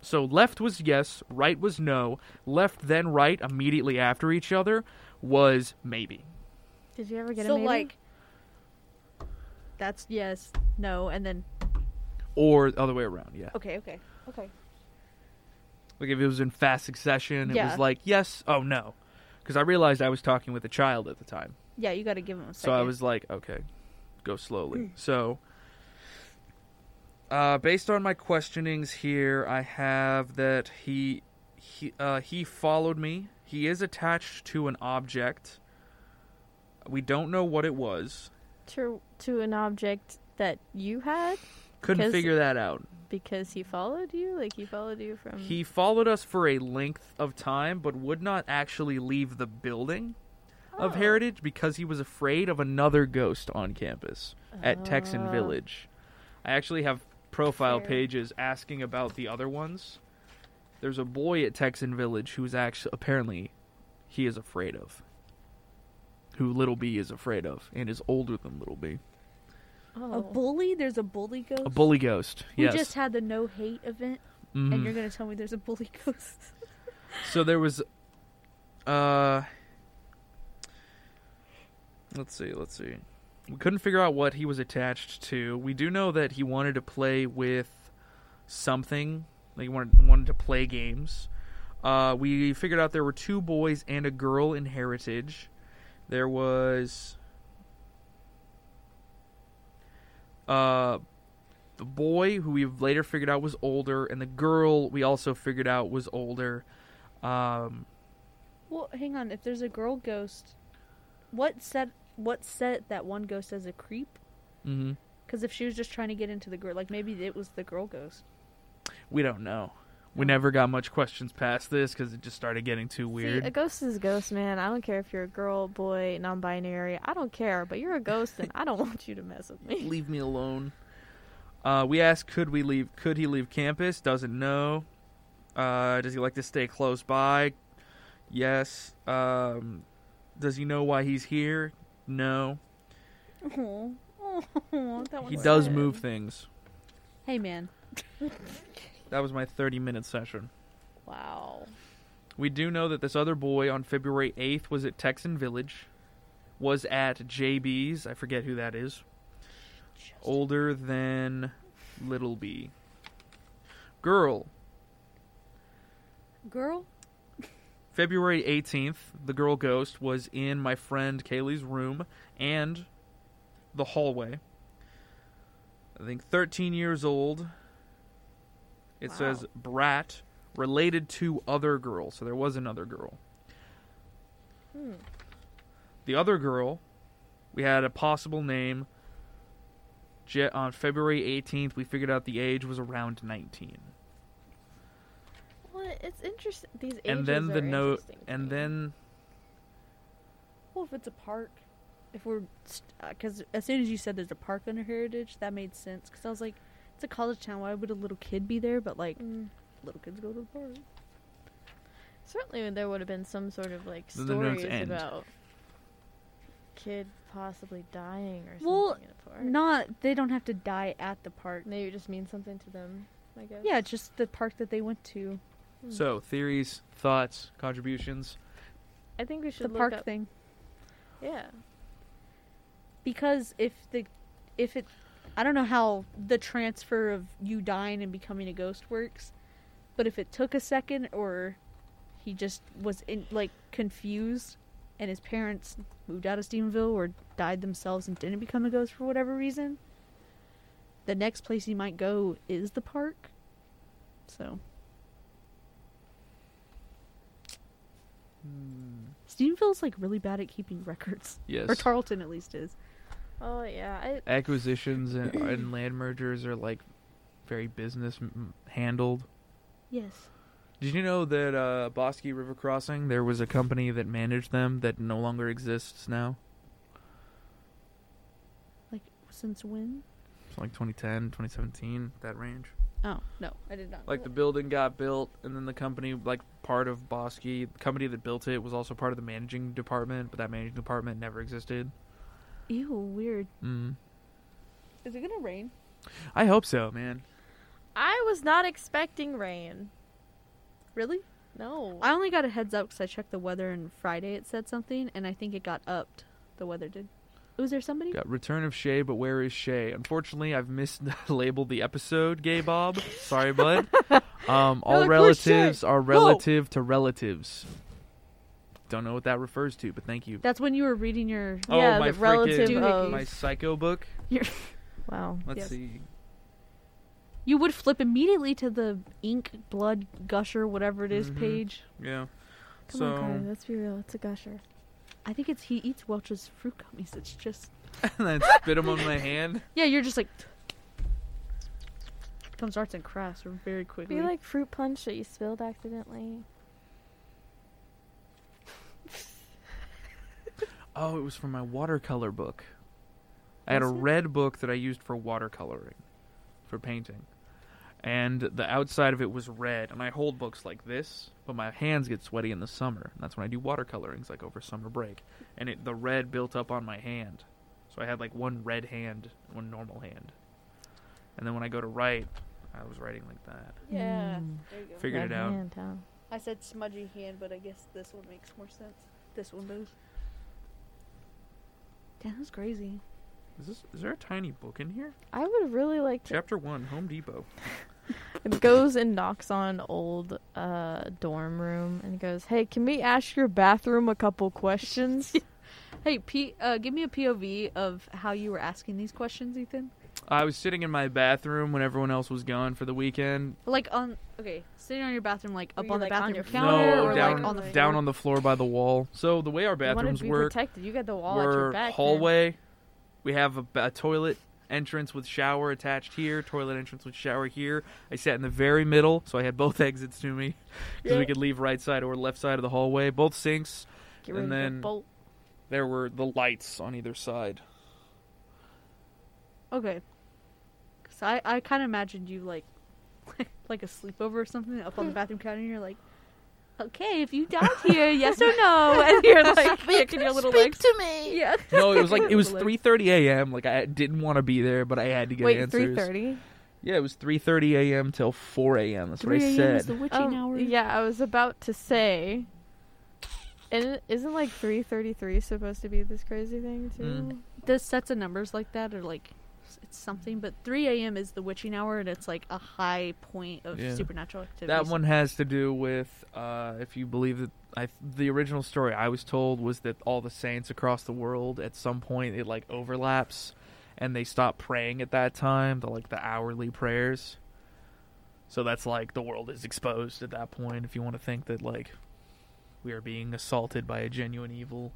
Speaker 1: So left was yes, right was no. Left then right immediately after each other was maybe.
Speaker 3: Did you ever get
Speaker 5: so
Speaker 3: a maybe?
Speaker 5: like, that's yes, no, and then
Speaker 1: Or the other way around, yeah.
Speaker 2: Okay, okay, okay.
Speaker 1: Like if it was in fast succession, it
Speaker 5: Yeah.
Speaker 1: was like yes, oh no. Because I realized I was talking with a child at the time.
Speaker 5: yeah, you gotta give him a second.
Speaker 1: So I was like, okay, go slowly. So, uh, based on my questionings here, I have that he he uh, he followed me. He is attached to an object. We don't know what it was.
Speaker 3: to to an object that you had
Speaker 1: Couldn't
Speaker 3: 'Cause-
Speaker 1: figure that out.
Speaker 3: because he followed you. Like he followed you from.
Speaker 1: He followed us for a length of time, but would not actually leave the building of
Speaker 3: Oh.
Speaker 1: Heritage because he was afraid of another ghost on campus at Texan
Speaker 3: Ah.
Speaker 1: Village. I actually have profile
Speaker 3: Fair.
Speaker 1: pages asking about the other ones. There's a boy at Texan Village who's actually apparently he is afraid of. Who Little B is afraid of and is older than Little B.
Speaker 3: Oh.
Speaker 5: a bully. There's a bully ghost.
Speaker 1: A bully ghost.
Speaker 5: We
Speaker 1: yes.
Speaker 5: just had the no hate event,
Speaker 1: Mhm.
Speaker 5: and you're gonna tell me there's a bully ghost.
Speaker 1: So there was, uh, let's see, let's see. We couldn't figure out what he was attached to. We do know that he wanted to play with something. Like he wanted wanted to play games. Uh, we figured out there were two boys and a girl in Heritage. There was, uh, the boy who we later figured out was older, and the girl we also figured out was older. Um,
Speaker 5: Well, hang on. If there's a girl ghost, what set what set that one ghost as a creep?
Speaker 1: mhm.
Speaker 5: Because if she was just trying to get into the girl, like maybe it was the girl ghost.
Speaker 1: We don't know. We never got much questions past this because it just started getting too weird.
Speaker 3: See, a ghost is a ghost, man. I don't care if you're a girl, boy, non-binary. I don't care, but you're a ghost, and I don't want you to mess with me.
Speaker 1: leave me alone. Uh, we asked, could we leave? Could he leave campus? Doesn't know. Uh, does he like to stay close by? Yes. Um, does he know why he's here? No.
Speaker 5: Oh, that
Speaker 1: he
Speaker 5: one.
Speaker 1: does
Speaker 3: sad.
Speaker 1: move things.
Speaker 5: Hey, man.
Speaker 1: That was my 30 minute session.
Speaker 5: Wow.
Speaker 1: We do know that this other boy on February 8th was at Texan Village, was at JB's, I forget who that is, older than Little B. Girl,
Speaker 5: Girl.
Speaker 1: February 18th, the girl ghost was in my friend Kaylee's room and the hallway. I think 13 years old, It
Speaker 3: Wow.
Speaker 1: says brat related to other girl. So there was another girl.
Speaker 3: Hmm.
Speaker 1: The other girl, we had a possible name. Je- on February 18th, we figured out the age was around 19.
Speaker 3: Well, it's interesting. These ages
Speaker 1: and then
Speaker 3: are
Speaker 1: the note,
Speaker 3: interesting to
Speaker 1: and
Speaker 3: me.
Speaker 1: then
Speaker 2: Well, if it's a park, if we're, because as soon as you said there's a park under Heritage, that made sense. Because I was like, it's a college town. Why would a little kid be there? But like,
Speaker 3: Mm.
Speaker 2: little kids go to the park.
Speaker 3: certainly there would have been some sort of like
Speaker 1: Then the notes
Speaker 3: stories
Speaker 1: end.
Speaker 3: about kid possibly dying or something
Speaker 2: Well,
Speaker 3: in a park.
Speaker 2: Not they don't have to die at the park.
Speaker 3: Maybe it just means something to them. I guess.
Speaker 2: Yeah, it's just the park that they went to.
Speaker 3: Hmm.
Speaker 1: so theories, thoughts, contributions.
Speaker 3: I think we should
Speaker 2: The
Speaker 3: look
Speaker 2: park
Speaker 3: up.
Speaker 2: thing.
Speaker 3: Yeah.
Speaker 2: Because if the, if it, I don't know how the transfer of you dying and becoming a ghost works, but if it took a second or he just was in like confused and his parents moved out of Steamville or died themselves and didn't become a ghost for whatever reason, the next place he might go is the park. So Steamville's like really bad at keeping records.
Speaker 1: Hmm. Yes.
Speaker 2: Or Tarleton at least is.
Speaker 3: Oh yeah. I
Speaker 1: Eh. Acquisitions and, and land mergers are like very business m- handled.
Speaker 2: Yes.
Speaker 1: Did you know that uh, Bosque River Crossing, there was a company that managed them that no longer exists now?
Speaker 2: Like since when?
Speaker 1: It's like 2010, 2017, that range.
Speaker 2: Oh no, I did not.
Speaker 1: Like the building got built, and then the company, like part of Bosque, the company that built it was also part of the managing department, but that managing department never existed.
Speaker 2: Ew, weird.
Speaker 1: Mm.
Speaker 2: Is it gonna rain?
Speaker 1: I hope so, man.
Speaker 3: I was not expecting rain.
Speaker 2: Really?
Speaker 3: No.
Speaker 2: I only got a heads up because I checked the weather and Friday it said something, and I think it got upped. The weather did. Was there somebody?
Speaker 1: Got Return of Shay, but where is Shay? Unfortunately, I've mislabeled the episode, Gay Bob. Sorry, bud. Um, all
Speaker 2: like, "Where's Shay?"
Speaker 1: relatives are relative to relatives. Don't know what that refers to, but thank you.
Speaker 2: That's when you were reading your.
Speaker 1: Oh,
Speaker 3: yeah,
Speaker 1: my
Speaker 3: the relative
Speaker 1: freaking-
Speaker 3: of
Speaker 1: My psycho book.
Speaker 3: wow.
Speaker 1: Let's
Speaker 2: Yes.
Speaker 1: see.
Speaker 2: You would flip immediately to the ink, blood, gusher, whatever it is
Speaker 1: Mhm.
Speaker 2: page.
Speaker 1: Yeah.
Speaker 3: Come
Speaker 1: so
Speaker 3: on, Carly, let's be real. It's a gusher.
Speaker 2: I think it's he eats Welch's fruit gummies. It's just.
Speaker 1: and I spit him on my hand.
Speaker 2: Yeah, you're just like. Comes arts and crafts very quickly.
Speaker 3: Be like fruit punch that you spilled accidentally.
Speaker 1: Oh, it was from my watercolor book. I had a
Speaker 3: Was it?
Speaker 1: red book that I used for watercoloring, for painting. And the outside of it was red, and I hold books like this, but my hands get sweaty in the summer. And that's when I do watercolorings, like over summer break. And it, the red built up on my hand. So I had like one red hand, and one normal hand. And then when I go to write, I was writing like that.
Speaker 2: Yeah. Mm. Mm. There you go.
Speaker 1: Figured
Speaker 3: Red
Speaker 1: it out.
Speaker 3: hand, huh?
Speaker 2: I said smudgy hand, but I guess this one makes more sense. This one does. Damn, that's crazy.
Speaker 1: Is, this, is there a tiny book in here?
Speaker 3: I would really like to.
Speaker 1: Chapter 1, Home Depot.
Speaker 3: It goes and knocks on old uh, dorm room and goes, "Hey, can we ask your bathroom a couple questions?"
Speaker 2: Hey, P, uh, give me a POV of how you were asking these questions, Ethan.
Speaker 1: I was sitting in my bathroom when everyone else was gone for the weekend,
Speaker 2: Like on, okay, sitting on your bathroom, like
Speaker 3: Were
Speaker 2: up
Speaker 3: you,
Speaker 2: on the
Speaker 3: like, on
Speaker 2: bathroom
Speaker 3: your
Speaker 2: counter,
Speaker 1: no,
Speaker 2: or
Speaker 1: down,
Speaker 2: like on the
Speaker 1: down
Speaker 2: floor?
Speaker 1: on the floor by the wall. So the way our
Speaker 3: you want
Speaker 1: bathrooms
Speaker 3: to be
Speaker 1: work,
Speaker 3: protected. You got the wall at your
Speaker 1: were
Speaker 3: back.
Speaker 1: hallway. We have a, ba- a toilet entrance with shower attached here, toilet entrance with shower here. I sat in the very middle, so I had both exits to me because we could leave right side or left side of the hallway. Both sinks.
Speaker 3: Man. Get
Speaker 1: and
Speaker 3: rid of
Speaker 1: then-
Speaker 3: the bolt.
Speaker 1: There were the lights on either side.
Speaker 2: Okay. Cause I, I kind of imagined you like, like a sleepover or something, up on the bathroom counter, and you're like, okay, if you died here, yes or no, and you're like, kicking your little legs.
Speaker 3: to me.
Speaker 2: Yeah.
Speaker 1: No, it was like it was
Speaker 2: Like-
Speaker 1: 3:30 a.m. Like I didn't want to be there, but I had to get
Speaker 3: Wait, three
Speaker 1: answers.
Speaker 3: thirty.
Speaker 1: Yeah, it was 3:30 a.m. till 4 a.m. That's what
Speaker 2: 3
Speaker 1: I
Speaker 2: a.m.
Speaker 1: said.
Speaker 2: is the witching
Speaker 3: Oh,
Speaker 2: hour.
Speaker 3: yeah, I was about to say. And isn't like three thirty three supposed to be this crazy thing too?
Speaker 1: Mm.
Speaker 2: the sets of numbers like that are like s- it's something but 3 a.m is the witching hour and it's like a high point of
Speaker 1: Yeah.
Speaker 2: supernatural activity
Speaker 1: That one has to do with uh, if you believe that I, the original story I was told was that all the saints across the world at some point it like overlaps, and they stop praying at that time, the like the hourly prayers. So that's like the world is exposed at that point. If you want to think that like we are being assaulted by a genuine evil,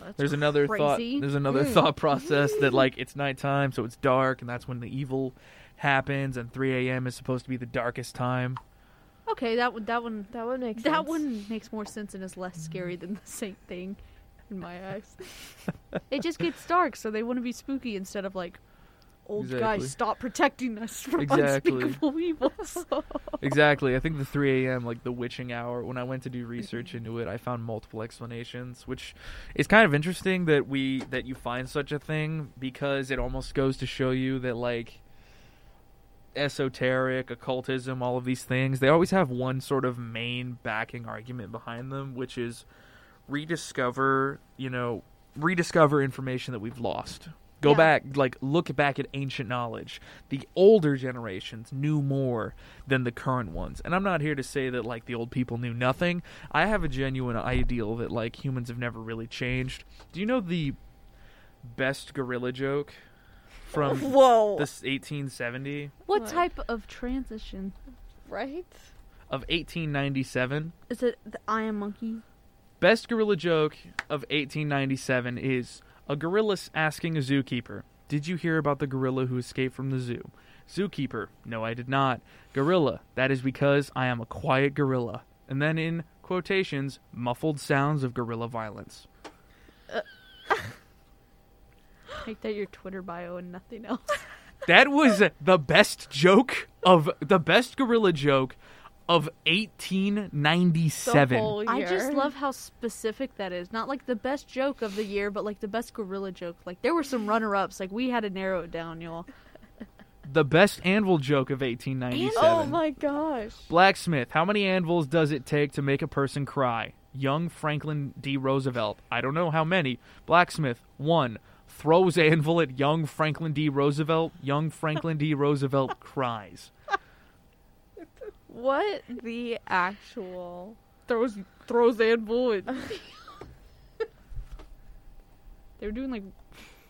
Speaker 2: Oh,
Speaker 1: there's another thought.
Speaker 5: crazy.
Speaker 1: There's another thought process that like it's nighttime, so it's dark, and that's when the evil happens. And 3 a.m. is supposed to be the darkest time.
Speaker 2: Okay, that one, that one,
Speaker 3: That would make sense.
Speaker 2: that one makes more sense and is less scary than the same thing, in my eyes. it just gets dark, so they want to be spooky instead of like, old
Speaker 1: Exactly.
Speaker 2: guys stop protecting us from
Speaker 1: Exactly.
Speaker 2: unspeakable evils.
Speaker 1: Exactly. I think the 3 a.m., like the witching hour, when I went to do research into it, I found multiple explanations, which is kind of interesting that we that you find such a thing because it almost goes to show you that like esoteric, occultism, all of these things, they always have one sort of main backing argument behind them, which is rediscover, you know, rediscover information that we've lost. Go
Speaker 2: Yeah.
Speaker 1: back, like look back at ancient knowledge. The older generations knew more than the current ones. And I'm not here to say that like the old people knew nothing. I have a genuine ideal that like humans have never really changed. Do you know the best gorilla joke from
Speaker 2: Whoa!
Speaker 1: this 1870
Speaker 2: what
Speaker 4: What?
Speaker 2: type of transition
Speaker 4: Right?
Speaker 1: of 1897?
Speaker 2: is it? The I am monkey.
Speaker 1: Best gorilla joke of 1897 is a gorilla s- asking a zookeeper, "Did you hear about the gorilla who escaped from the zoo?" Zookeeper, "No, I did not." Gorilla, "That is because I am a quiet gorilla." And then in quotations, muffled sounds of gorilla violence.
Speaker 2: Make that your Twitter bio and nothing else.
Speaker 1: That was the best joke of the best gorilla joke of 1897.
Speaker 2: I just love how specific that is. Not like the best joke of the year, but like the best gorilla joke. Like there were some runner-ups. Like we had to narrow it down, y'all.
Speaker 1: the best anvil joke of 1897.
Speaker 3: Oh my gosh.
Speaker 1: Blacksmith, how many anvils does it take to make a person cry? Young Franklin D. Roosevelt, I don't know how many. Blacksmith, one. Throws anvil at young Franklin D. Roosevelt. Young Franklin D. Roosevelt cries.
Speaker 3: What the actual?
Speaker 2: Throws throws anvil. And... they were doing like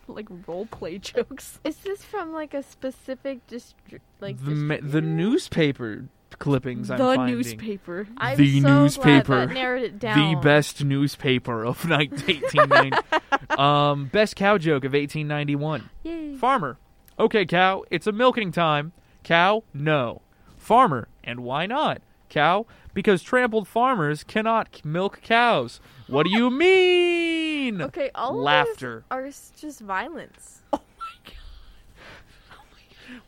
Speaker 2: like role play jokes.
Speaker 3: Is this from like a specific district? Like
Speaker 1: the, ma-
Speaker 3: district?
Speaker 1: the newspaper clippings I'm
Speaker 2: the
Speaker 1: finding.
Speaker 2: newspaper.
Speaker 3: I'm
Speaker 1: the
Speaker 3: so
Speaker 1: newspaper.
Speaker 3: Glad that narrowed it down.
Speaker 1: the best newspaper of 1990. um, best cow joke of 1891.
Speaker 2: Yay!
Speaker 1: Farmer, okay, cow, it's a milking time. Cow, no. Farmer, and why not? Cow, because trampled farmers cannot c- milk cows. What do you mean?
Speaker 3: Okay, all
Speaker 1: Laughter.
Speaker 3: of these are s- just violence.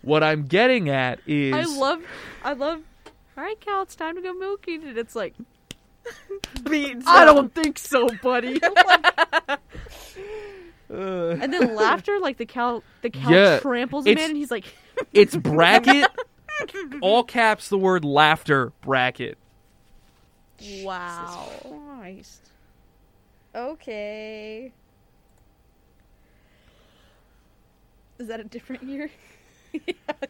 Speaker 1: What I'm getting at is
Speaker 2: I love, I love. All right, Cal, it's time to go milking, and it's like. I don't think so, buddy.
Speaker 1: Uh,
Speaker 2: and then laughter, like the cow, the cow
Speaker 1: Yeah,
Speaker 2: tramples him
Speaker 1: it's-
Speaker 2: in, and he's like,
Speaker 1: it's bracket all caps the word laughter bracket.
Speaker 3: Wow.
Speaker 2: Christ.
Speaker 3: Okay.
Speaker 2: Is that a different year?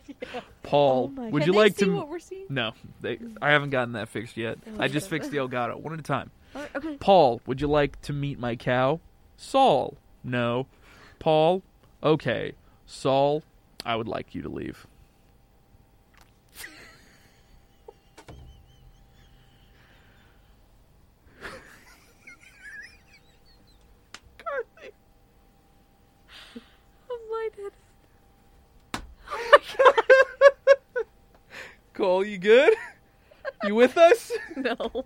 Speaker 1: Paul,
Speaker 3: Oh my-
Speaker 1: would
Speaker 2: Can
Speaker 1: you
Speaker 2: they
Speaker 1: like
Speaker 2: see
Speaker 1: to
Speaker 2: what we're seeing? Oh,
Speaker 1: No, they, I haven't gotten that fixed yet. I just fixed the Elgato one at a time.
Speaker 2: Okay.
Speaker 1: Paul, would you like to meet my cow? Saul, no. Paul, okay. Saul, I would like you to leave.
Speaker 2: I'm lightheaded.
Speaker 1: Cole, you good? You with us?
Speaker 2: No.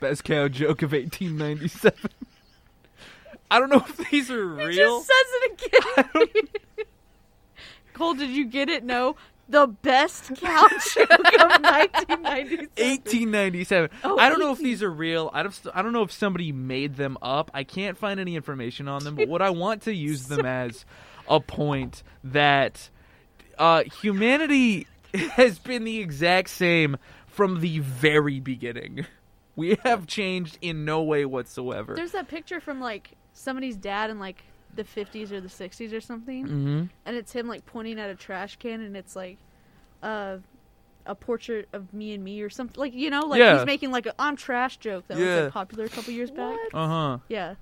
Speaker 1: Best cow joke of 1897. I don't know if these are
Speaker 2: He
Speaker 1: real.
Speaker 2: just says it again. Cole, did you get it? No. The best cow joke of 1997.
Speaker 1: 1897.
Speaker 2: Oh,
Speaker 1: I don't know if these are real. I don't. I don't know if somebody made them up. I can't find any information on them. But what I want to use them as a point that uh, humanity has been the exact same from the very beginning. We have changed in no way whatsoever.
Speaker 2: There's that picture from like somebody's dad in like the 50s or the 60s or something,
Speaker 1: hmm
Speaker 2: and it's him like pointing at a trash can, and it's like, uh, a portrait of me and me or something. Like you know, like
Speaker 1: Yeah.
Speaker 2: he's making like a I'm trash joke that was
Speaker 1: Yeah.
Speaker 2: like, popular a couple years back.
Speaker 1: Uh-huh.
Speaker 3: What?
Speaker 1: Uh huh.
Speaker 2: Yeah.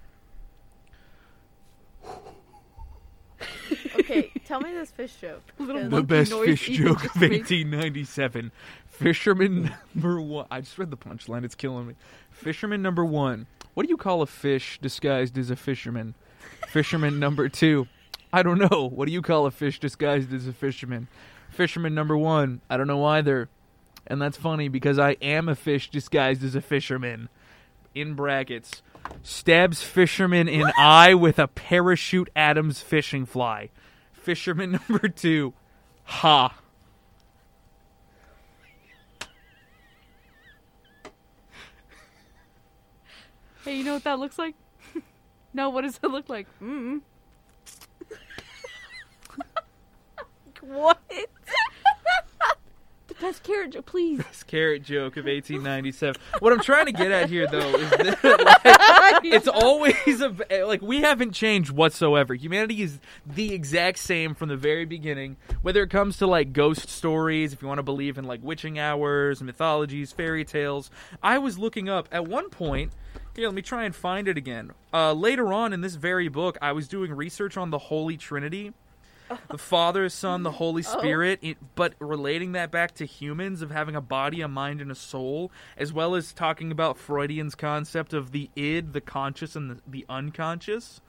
Speaker 4: Okay, tell me this fish joke.
Speaker 5: Little
Speaker 4: 'cause-
Speaker 1: The
Speaker 5: monkey
Speaker 1: best
Speaker 5: noise
Speaker 1: fish
Speaker 5: Ethan
Speaker 1: joke
Speaker 5: just
Speaker 1: of
Speaker 5: made.
Speaker 1: 1897. Fisherman number one. I just read the punchline. It's killing me. Fisherman number one. What do you call a fish disguised as a fisherman? Fisherman number two. I don't know. What do you call a fish disguised as a fisherman? Fisherman number one. I don't know either. And that's funny because I am a fish disguised as a fisherman. In brackets. Stabs fisherman in eye with a parachute Adams fishing fly. Fisherman number two. Ha.
Speaker 5: Hey, you know what that looks like? no, what does it look like?
Speaker 4: Mm. what?
Speaker 5: The best carrot joke, please.
Speaker 1: This carrot joke of 1897. What I'm trying to get at here, though, is that like, it's always a, eh, like we haven't changed whatsoever. Humanity is the exact same from the very beginning. Whether it comes to like ghost stories, if you want to believe in like witching hours, mythologies, fairy tales. I was looking up at one point. Here, let me try and find it again. Uh, later on in this very book, I was doing research on the Holy Trinity. the Father, Son, the Holy Spirit, it, but relating that back to humans of having a body, a mind, and a soul, as well as talking about Freudian's concept of the id, the conscious, and the, the unconscious.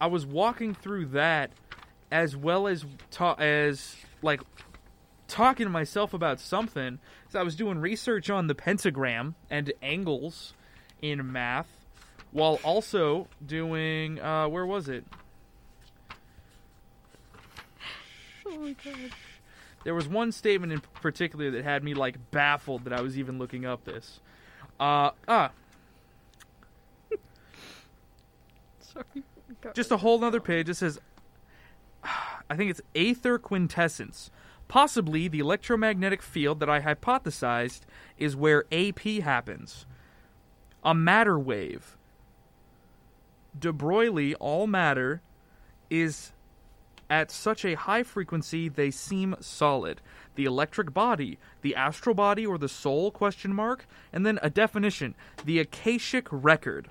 Speaker 1: I was walking through that, as well as ta- as like talking to myself about something. So I was doing research on the pentagram and angles in math, while also doing uh, where was it? there was one statement in particular that had me like baffled that I was even looking up this. Uh, ah, just a whole nother page. It says, I think it's aether quintessence. Possibly the electromagnetic field that I hypothesized is where AP happens. A matter wave. De Broglie, all matter, is at such a high frequency they seem solid the electric body the astral body or the soul question mark and then a definition the akashic record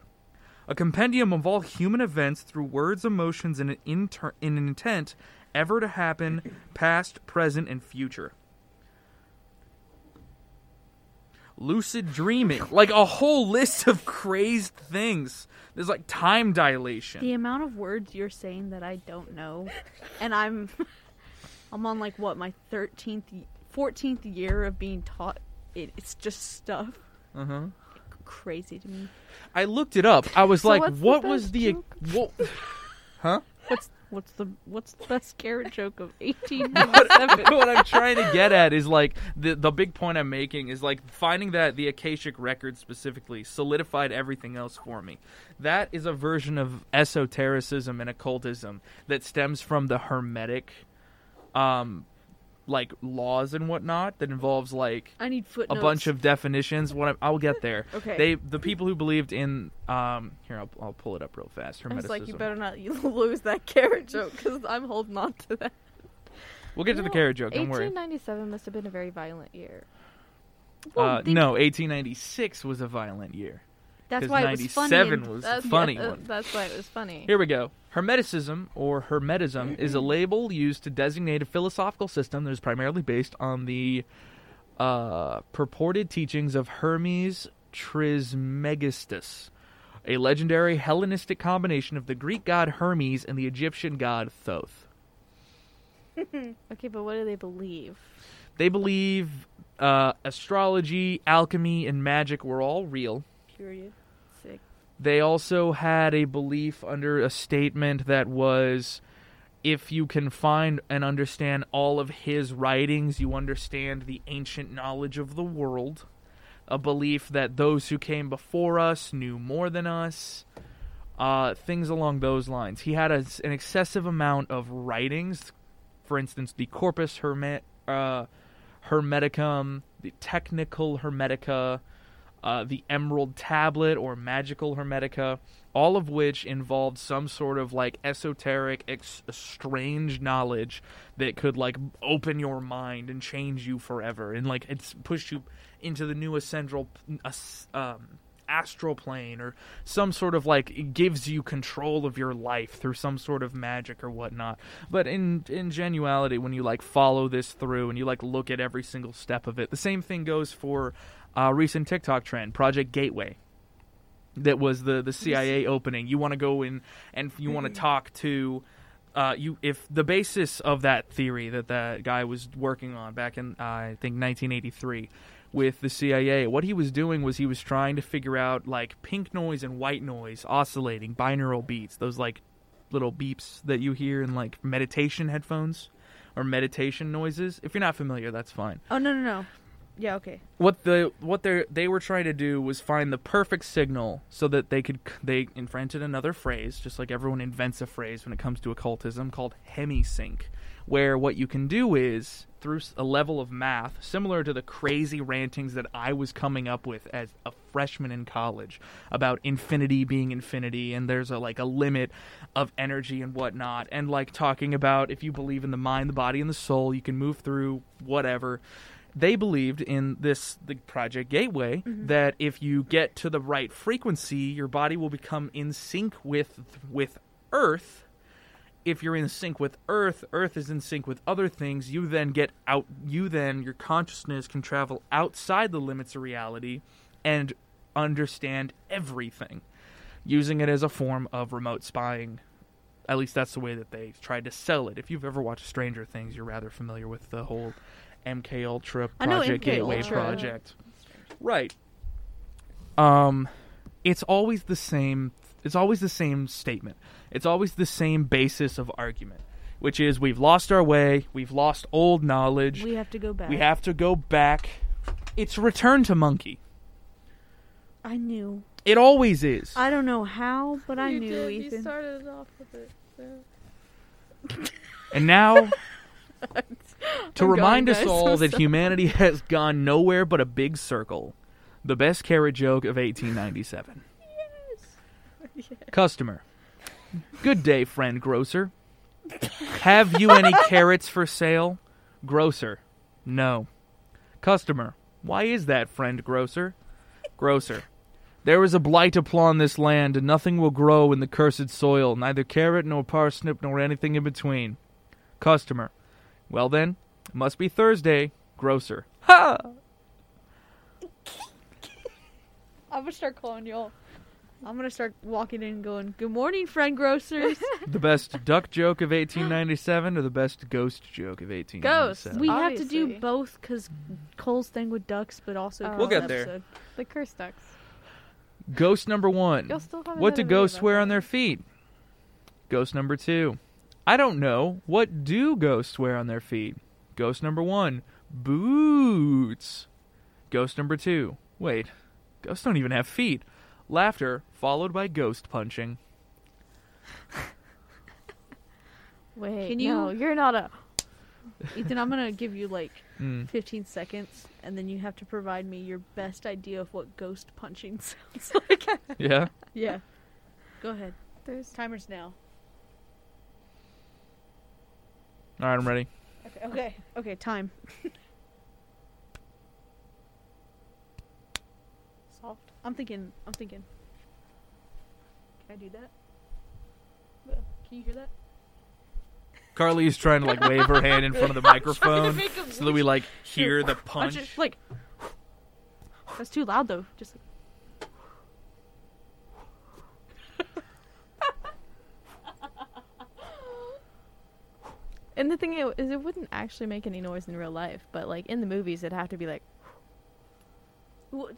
Speaker 1: a compendium of all human events through words emotions and an, inter- in an intent ever to happen past present and future lucid dreaming like a whole list of crazed things there's like time dilation
Speaker 5: The amount of words you're saying that I don't know, and I'm, I'm on like what my thirteenth, fourteenth year of being taught. It, it's just stuff
Speaker 1: uh-huh
Speaker 5: crazy to me.
Speaker 1: I looked it up. I was
Speaker 3: So
Speaker 1: like,
Speaker 3: what's the
Speaker 1: what was
Speaker 3: best
Speaker 1: the
Speaker 3: joke?
Speaker 1: what?
Speaker 2: What's what's the what's the best carrot joke of
Speaker 1: what,
Speaker 2: 1897?
Speaker 1: what I'm trying to get at is like the the big point I'm making is like finding that the Akashic record specifically solidified everything else for me. That is a version of esotericism and occultism that stems from the hermetic um like laws and whatnot that involves like
Speaker 2: I need
Speaker 1: a
Speaker 2: footnotes.
Speaker 1: bunch of definitions. What I'm, I'll get there.
Speaker 4: Okay.
Speaker 1: They the people who believed in um here I'll, I'll pull it up real fast.
Speaker 4: I
Speaker 1: Hermeticism.
Speaker 4: was like, you better not you lose that carrot joke because I'm holding on to that.
Speaker 1: we'll get to the
Speaker 3: No,
Speaker 1: carrot joke. Don't worry.
Speaker 3: 1897 must have been a very violent year.
Speaker 1: Uh, no, 1896 was a violent year.
Speaker 5: That's
Speaker 1: 'cause
Speaker 5: why it was funny.
Speaker 1: 97
Speaker 5: and-
Speaker 1: was a funny
Speaker 3: uh,
Speaker 1: one.
Speaker 3: That's why it was funny.
Speaker 1: Here we go. Hermeticism or Hermetism is a label used to designate a philosophical system that is primarily based on the uh, purported teachings of Hermes Trismegistus, a legendary Hellenistic combination of the Greek god Hermes and the Egyptian god Thoth.
Speaker 3: Okay, but what do they believe?
Speaker 1: They believe uh, astrology, alchemy, and magic were all real.
Speaker 3: Period. Sick.
Speaker 1: They also had a belief under a statement that was if you can find and understand all of his writings, you understand the ancient knowledge of the world. A belief that those who came before us knew more than us. Uh, things along those lines. He had a, an excessive amount of writings. For instance, the Corpus Herme- uh, Hermeticum, the Technical Hermetica, uh, the Emerald Tablet or Magical Hermetica, all of which involved some sort of like esoteric, ex- strange knowledge that could like open your mind and change you forever, and like it's push you into the new ascendral, p- as- um, astral plane or some sort of like it gives you control of your life through some sort of magic or whatnot. But in in genuality, when you like follow this through and you like look at every single step of it, the same thing goes for uh, recent TikTok trend, Project Gateway. That was the the CIA opening. You want to go in and you want to talk to. Uh, you if the basis of that theory that that guy was working on back in uh, I think 1983 with the CIA. What he was doing was he was trying to figure out like pink noise and white noise oscillating binaural beats, those like little beeps that you hear in like meditation headphones or meditation noises. If you're not familiar, that's fine
Speaker 2: Oh no no no. Yeah, okay.
Speaker 1: what the what they they were trying to do was find the perfect signal so that they could they invented another phrase just like everyone invents a phrase when it comes to occultism called hemisync where what you can do is through s- a level of math similar to the crazy rantings that I was coming up with as a freshman in college about infinity being infinity and there's a like a limit of energy and whatnot and like talking about if you believe in the mind the body and the soul you can move through whatever they believed in this the project gateway that if you get to the right frequency your body will become in sync with with earth if you're in sync with earth earth is in sync with other things you then get out you then your consciousness can travel outside the limits of reality and understand everything using it as a form of remote spying at least that's the way that they tried to sell it if you've ever watched stranger things you're rather familiar with the whole mk ultra
Speaker 2: I know
Speaker 1: project
Speaker 2: MKUltra.
Speaker 1: gateway project right um it's always the same it's always the same statement it's always the same basis of argument which is we've lost our way we've lost old knowledge
Speaker 2: We have to go back.
Speaker 1: we have to go back it's return to monkey
Speaker 2: I knew.
Speaker 1: it always is
Speaker 2: I don't know how, but I
Speaker 4: you
Speaker 2: knew
Speaker 4: did. You
Speaker 2: Ethan.
Speaker 4: started it off with it. so-
Speaker 1: and now to
Speaker 3: I'm
Speaker 1: remind
Speaker 3: going,
Speaker 1: us
Speaker 3: guys.
Speaker 1: all
Speaker 3: I'm
Speaker 1: that humanity has gone nowhere but a big circle the best carrot joke of 1897 customer good day friend grocer have you any carrots for sale grocer no customer why is that friend grocer grocer there is a blight upon this land and nothing will grow in the cursed soil neither carrot nor parsnip nor anything in between customer well then, it must be Thursday, grocer. Ha!
Speaker 2: I'm gonna start calling y'all. I'm gonna start walking in and going, Good morning, friend grocers.
Speaker 1: The best duck joke of 1897 or the best ghost joke of 1897?
Speaker 3: Ghost.
Speaker 2: we have to do
Speaker 3: Obviously.
Speaker 2: both because Cole's thing with ducks, but also
Speaker 3: Oh.
Speaker 1: We'll get
Speaker 2: Cole's
Speaker 1: there.
Speaker 2: episode.
Speaker 3: The curse ducks.
Speaker 1: Ghost number one.
Speaker 3: Y'all still haven't
Speaker 1: What
Speaker 3: done
Speaker 1: do
Speaker 3: a video
Speaker 1: ghosts
Speaker 3: about
Speaker 1: wear
Speaker 3: that.
Speaker 1: on their feet? Ghost number two. I don't know. What do ghosts wear on their feet? Ghost number one. Boots. Ghost number two. Wait. Ghosts don't even have feet. Laughter followed by ghost punching.
Speaker 3: Wait,
Speaker 2: Can you-
Speaker 3: no, you're not a.
Speaker 2: Ethan, I'm gonna give you like
Speaker 1: Mm.
Speaker 2: 15 seconds, and then you have to provide me your best idea of what ghost punching sounds like.
Speaker 1: Yeah?
Speaker 2: yeah. Go ahead.
Speaker 3: There's
Speaker 2: Timer's now.
Speaker 1: All right, I'm ready.
Speaker 2: Okay. Okay. Okay. Time. Soft. I'm thinking. I'm thinking. Can I do that? Uh, Can you hear that?
Speaker 1: Carly is trying to like wave her hand in front of the microphone so that we like hear the
Speaker 2: I'm
Speaker 1: punch.
Speaker 2: just, like. That's too loud though. Just. Like,
Speaker 3: And the thing i- is, it wouldn't actually make any noise in real life, but like in the movies, it'd have to be like.
Speaker 2: what?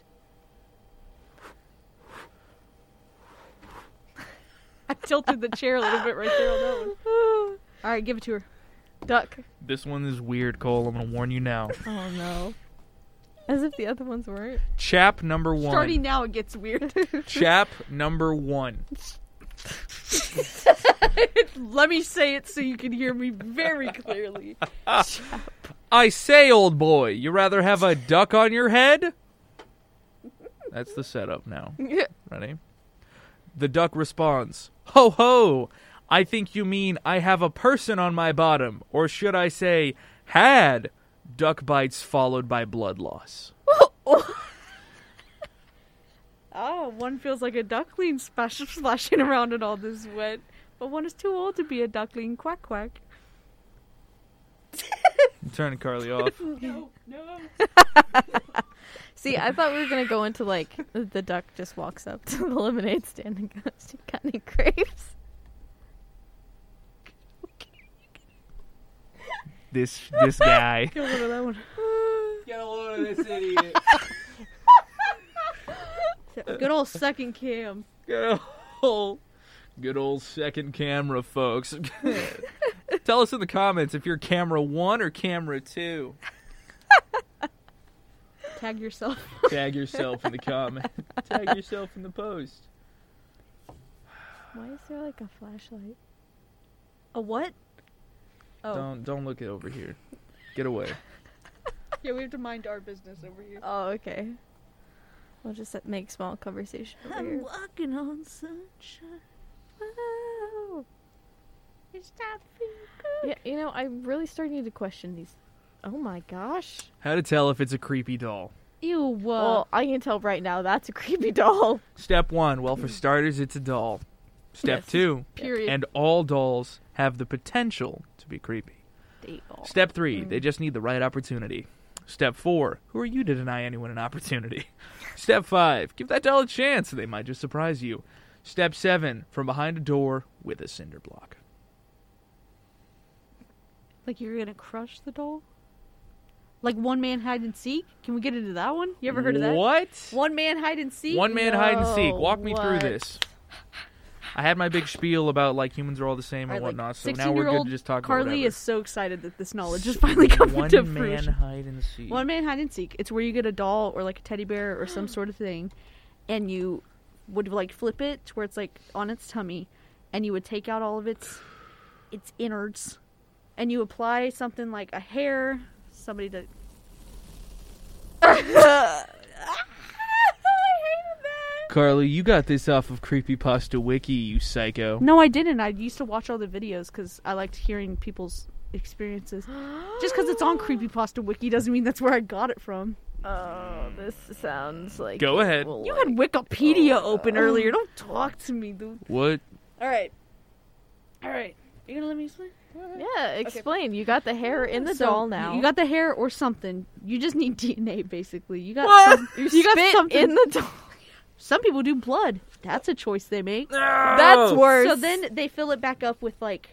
Speaker 3: I tilted the chair a little bit right there on that one. oh
Speaker 2: All right, give it to her.
Speaker 3: Duck.
Speaker 1: This one is weird, Cole. I'm gonna warn you now.
Speaker 3: Oh, no. As if the other ones weren't.
Speaker 1: Chap number one.
Speaker 5: Starting now, it gets weird.
Speaker 1: Chap number one.
Speaker 2: Let me say it so you can hear me very clearly.
Speaker 1: I say, old boy, you rather have a duck on your head? That's the setup now. Ready? The duck responds, Ho ho! I think you mean I have a person on my bottom, or should I say, had duck bites followed by blood loss.
Speaker 2: Oh, one feels like a duckling splash, splashing around in all this wet, but one is too old to be a duckling. Quack quack.
Speaker 1: I'm turning Carly off.
Speaker 3: See, I thought we were gonna go into like the duck just walks up to the lemonade stand and goes, "You got any grapes?"
Speaker 1: This this guy.
Speaker 2: Get a little of that one.
Speaker 9: Get a load of this idiot.
Speaker 2: Good old second cam.
Speaker 1: Good old, good old second camera, folks. Tell us in the comments if you're camera one or camera two.
Speaker 2: Tag yourself.
Speaker 1: Tag yourself in the comment. Tag yourself in the post.
Speaker 3: Why is there like a flashlight?
Speaker 2: A what? Oh.
Speaker 1: Don't don't look it over here. Get away.
Speaker 2: Yeah, we have to mind our business over here.
Speaker 3: Oh, okay. We'll just uh, make small conversation over
Speaker 2: I'm
Speaker 3: here.
Speaker 2: walking on sunshine. Wow. It's not feel good.
Speaker 3: Yeah, you know, I'm really starting to question these. Oh my gosh.
Speaker 1: How to tell if it's a creepy doll.
Speaker 2: Ew. uh,
Speaker 3: well, I can tell right now that's a creepy doll.
Speaker 1: Step one, well for starters it's a doll. Step
Speaker 3: Yes.
Speaker 1: two,
Speaker 2: period.
Speaker 1: and all dolls have the potential to be creepy.
Speaker 3: They all.
Speaker 1: Step three,
Speaker 2: Mm.
Speaker 1: they just need the right opportunity. Step four, who are you to deny anyone an opportunity? Step five, give that doll a chance. They might just surprise you. Step seven, from behind a door with a cinder block.
Speaker 2: Like you're gonna crush the doll? Like one man hide and seek? Can we get into that one? You ever heard of that?
Speaker 1: What?
Speaker 2: One man hide and seek?
Speaker 1: One man hide and seek.
Speaker 3: No,
Speaker 1: Walk me through
Speaker 3: what?
Speaker 1: this. I had my big spiel about like humans are all the same
Speaker 2: All
Speaker 1: and
Speaker 2: right, like,
Speaker 1: whatnot, so now we're good
Speaker 2: 16-year-old
Speaker 1: to just talk
Speaker 2: Carly
Speaker 1: about whatever.
Speaker 2: is so excited that this knowledge is finally coming
Speaker 1: One
Speaker 2: to
Speaker 1: man
Speaker 2: fruition.
Speaker 1: hide and seek.
Speaker 2: One man hide and seek. It's where you get a doll or like a teddy bear or some sort of thing, and you would like flip it to where it's like on its tummy, and you would take out all of its its innards, and you apply something like a hair. Somebody that
Speaker 1: Carly, you got this off of Creepypasta Wiki, you psycho.
Speaker 2: no, I didn't. I used to watch all the videos because I liked hearing people's experiences. Just because it's on Creepypasta Wiki doesn't mean that's where I got it from.
Speaker 3: Oh, this sounds like.
Speaker 1: Go
Speaker 3: it
Speaker 1: ahead.
Speaker 3: will,
Speaker 2: You
Speaker 3: like-
Speaker 2: had Wikipedia
Speaker 3: Oh,
Speaker 2: open
Speaker 3: God.
Speaker 2: earlier. Don't talk to me, dude.
Speaker 1: What?
Speaker 2: All right, all right. You gonna let me explain?
Speaker 3: Yeah, explain. You got the hair in the
Speaker 2: So,
Speaker 3: doll now.
Speaker 2: You got the hair or something. You just need DNA, basically. You got
Speaker 3: What?
Speaker 2: Some,
Speaker 3: You
Speaker 2: you got
Speaker 3: spit
Speaker 2: something.
Speaker 3: in the doll.
Speaker 2: some people do blood. That's a choice they make.
Speaker 1: Oh.
Speaker 3: That's worse.
Speaker 2: So then they fill it back up with like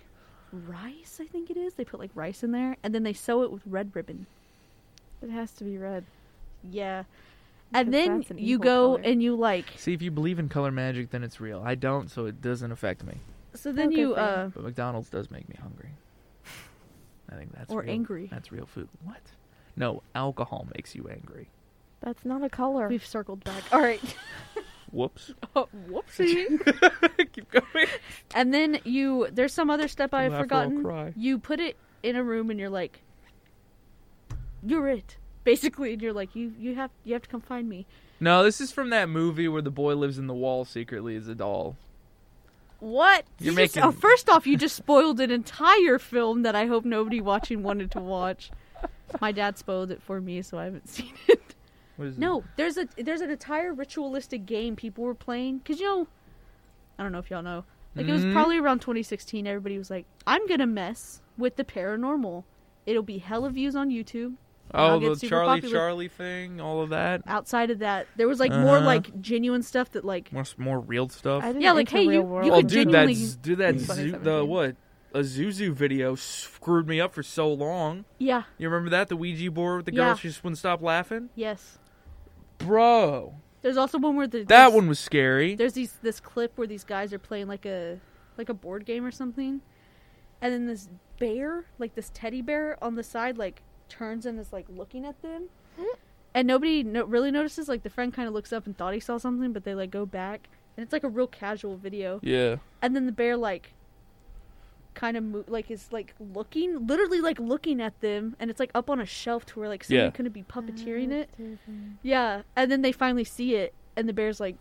Speaker 2: rice. I think it is. They put like rice in there, and then they sew it with red ribbon.
Speaker 3: it has to be red.
Speaker 2: Yeah. And
Speaker 3: Because
Speaker 2: then
Speaker 3: that's an
Speaker 2: you
Speaker 3: evil
Speaker 2: go
Speaker 3: color.
Speaker 2: and you like.
Speaker 1: See, if you believe in color magic, then it's real. I don't, so it doesn't affect me.
Speaker 2: So then
Speaker 3: good
Speaker 2: you
Speaker 3: for you.
Speaker 2: uh
Speaker 1: But McDonald's does make me hungry. I think that's
Speaker 2: or
Speaker 1: real.
Speaker 2: angry.
Speaker 1: That's real food. What? No, alcohol makes you angry.
Speaker 3: That's not a color.
Speaker 2: We've circled back. All right.
Speaker 1: Whoops.
Speaker 2: whoopsie.
Speaker 1: Keep going.
Speaker 2: And then you, there's some other step I've
Speaker 1: Laugh or I'll
Speaker 2: forgotten.
Speaker 1: cry.
Speaker 2: You put it in a room and you're like, you're it, basically, and you're like, you you have you have to come find me.
Speaker 1: No, this is from that movie where the boy lives in the wall secretly as a doll.
Speaker 2: What?
Speaker 1: You're
Speaker 2: You just-
Speaker 1: making-
Speaker 2: oh, first off, you just spoiled an entire film that I hope nobody watching wanted to watch. My dad spoiled it for me, so I haven't seen it.
Speaker 1: What is
Speaker 2: No, there's a there's an entire ritualistic game people were playing because you know, I don't know if y'all know. Like it was
Speaker 1: Mhm.
Speaker 2: probably around 2016. Everybody was like, "I'm gonna mess with the paranormal. It'll be hella views on YouTube."
Speaker 1: It? Oh,
Speaker 2: I'll get
Speaker 1: the
Speaker 2: super
Speaker 1: Charlie
Speaker 2: popular.
Speaker 1: Charlie thing, all of that.
Speaker 2: Outside of that, there was like more
Speaker 1: Uh-huh.
Speaker 2: like genuine stuff that like
Speaker 1: More, more real stuff.
Speaker 3: I didn't
Speaker 2: Yeah, like,
Speaker 3: enter
Speaker 2: hey,
Speaker 3: real
Speaker 2: you- you
Speaker 3: world.
Speaker 1: Oh,
Speaker 2: could
Speaker 1: dude,
Speaker 2: genuinely-
Speaker 1: that's dude, that zoo, the
Speaker 3: 2017.
Speaker 1: what? A Zuzu video screwed me up for so long.
Speaker 2: yeah,
Speaker 1: You remember that the Ouija board with the
Speaker 2: Yeah.
Speaker 1: girl? She just wouldn't stop laughing,
Speaker 2: yes.
Speaker 1: bro.
Speaker 2: There's also one where the
Speaker 1: That
Speaker 2: there's-
Speaker 1: one was scary.
Speaker 2: There's these this clip where these guys are playing like a like a board game or something, and then this bear, like this teddy bear on the side, like turns and is like looking at them, and nobody no- really notices. Like the friend kind of looks up and thought he saw something, but they like go back, and it's like a real casual video.
Speaker 1: Yeah.
Speaker 2: And then the bear like kind of mo- like is like looking, literally like looking at them, and it's like up on a shelf to where like somebody
Speaker 1: Yeah.
Speaker 2: couldn't be puppeteering
Speaker 3: Mm.
Speaker 2: it. Yeah, and then they finally see it, and the bear's like,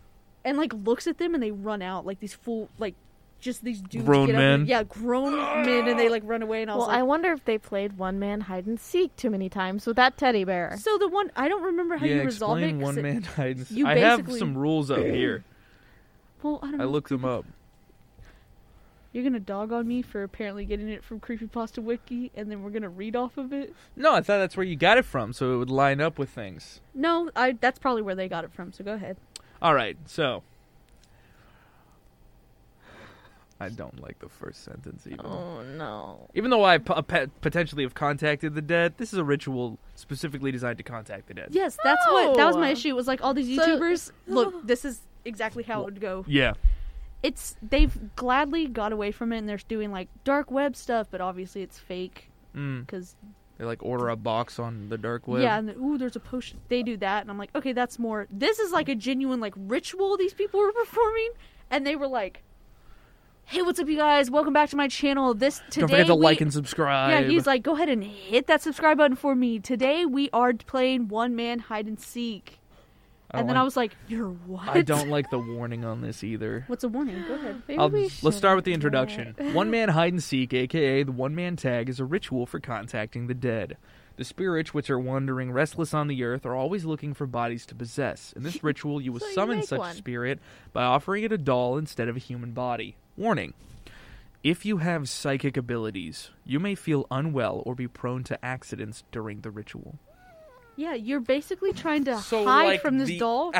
Speaker 2: and like looks at them, and they run out like these full like just these dudes
Speaker 1: Grown
Speaker 2: get up
Speaker 1: men.
Speaker 2: and- yeah, grown men, and they like run away. And I was
Speaker 3: Well,
Speaker 2: like,
Speaker 3: I wonder if they played one man hide and seek too many times with that teddy bear.
Speaker 2: so the one I don't remember how
Speaker 1: yeah,
Speaker 2: you resolve it.
Speaker 1: explain
Speaker 2: 'cause
Speaker 1: one
Speaker 2: it-
Speaker 1: man hide and seek.
Speaker 2: you
Speaker 1: I have
Speaker 2: basically-
Speaker 1: some rules up here.
Speaker 2: Well, I don't
Speaker 1: I
Speaker 2: know.
Speaker 1: looked them up.
Speaker 2: You're gonna dog on me for apparently getting it from Creepypasta Wiki, and then we're gonna read off of it.
Speaker 1: No, I thought that's where you got it from, so it would line up with things.
Speaker 2: No, I that's probably where they got it from. So go ahead.
Speaker 1: All right, so I don't like the first sentence even.
Speaker 3: Oh no.
Speaker 1: Even though I po- pe- potentially have contacted the dead, this is a ritual specifically designed to contact the dead.
Speaker 2: Yes, that's what that was my
Speaker 3: No.
Speaker 2: issue. It was like all these
Speaker 3: So-
Speaker 2: YouTubers. look, this is exactly how it would go.
Speaker 1: Yeah.
Speaker 2: It's they've gladly got away from it, and they're doing like dark web stuff, but obviously it's fake
Speaker 1: Mm.
Speaker 2: because
Speaker 1: They like order a box on the dark web.
Speaker 2: yeah, and then, ooh, there's a potion. They do that, and I'm like, okay, that's more. This is like a genuine like ritual these people were performing, and they were like, hey, what's up, you guys? Welcome back to my channel. This today
Speaker 1: Don't forget to
Speaker 2: we-
Speaker 1: like and subscribe.
Speaker 2: Yeah, he's like, go ahead and hit that subscribe button for me. Today we are playing one man hide and seek.
Speaker 1: I don't
Speaker 2: and then I
Speaker 1: like-
Speaker 2: was like, you're what?
Speaker 1: I don't like the warning on this either.
Speaker 2: What's a warning? Go ahead.
Speaker 3: Maybe
Speaker 1: I'll,
Speaker 3: we
Speaker 1: let's start with the
Speaker 3: shouldn't do
Speaker 1: introduction. one man hide and seek, aka the one man tag, is a ritual for contacting the dead. The spirits which are wandering restless on the earth are always looking for bodies to possess. In this ritual, you will
Speaker 3: So you
Speaker 1: summon
Speaker 3: make
Speaker 1: such
Speaker 3: one.
Speaker 1: spirit by offering it a doll instead of a human body. Warning. If you have psychic abilities, you may feel unwell or be prone to accidents during the ritual.
Speaker 2: Yeah, you're basically trying to
Speaker 1: So,
Speaker 2: hide
Speaker 1: like,
Speaker 2: from this
Speaker 1: the-
Speaker 2: doll.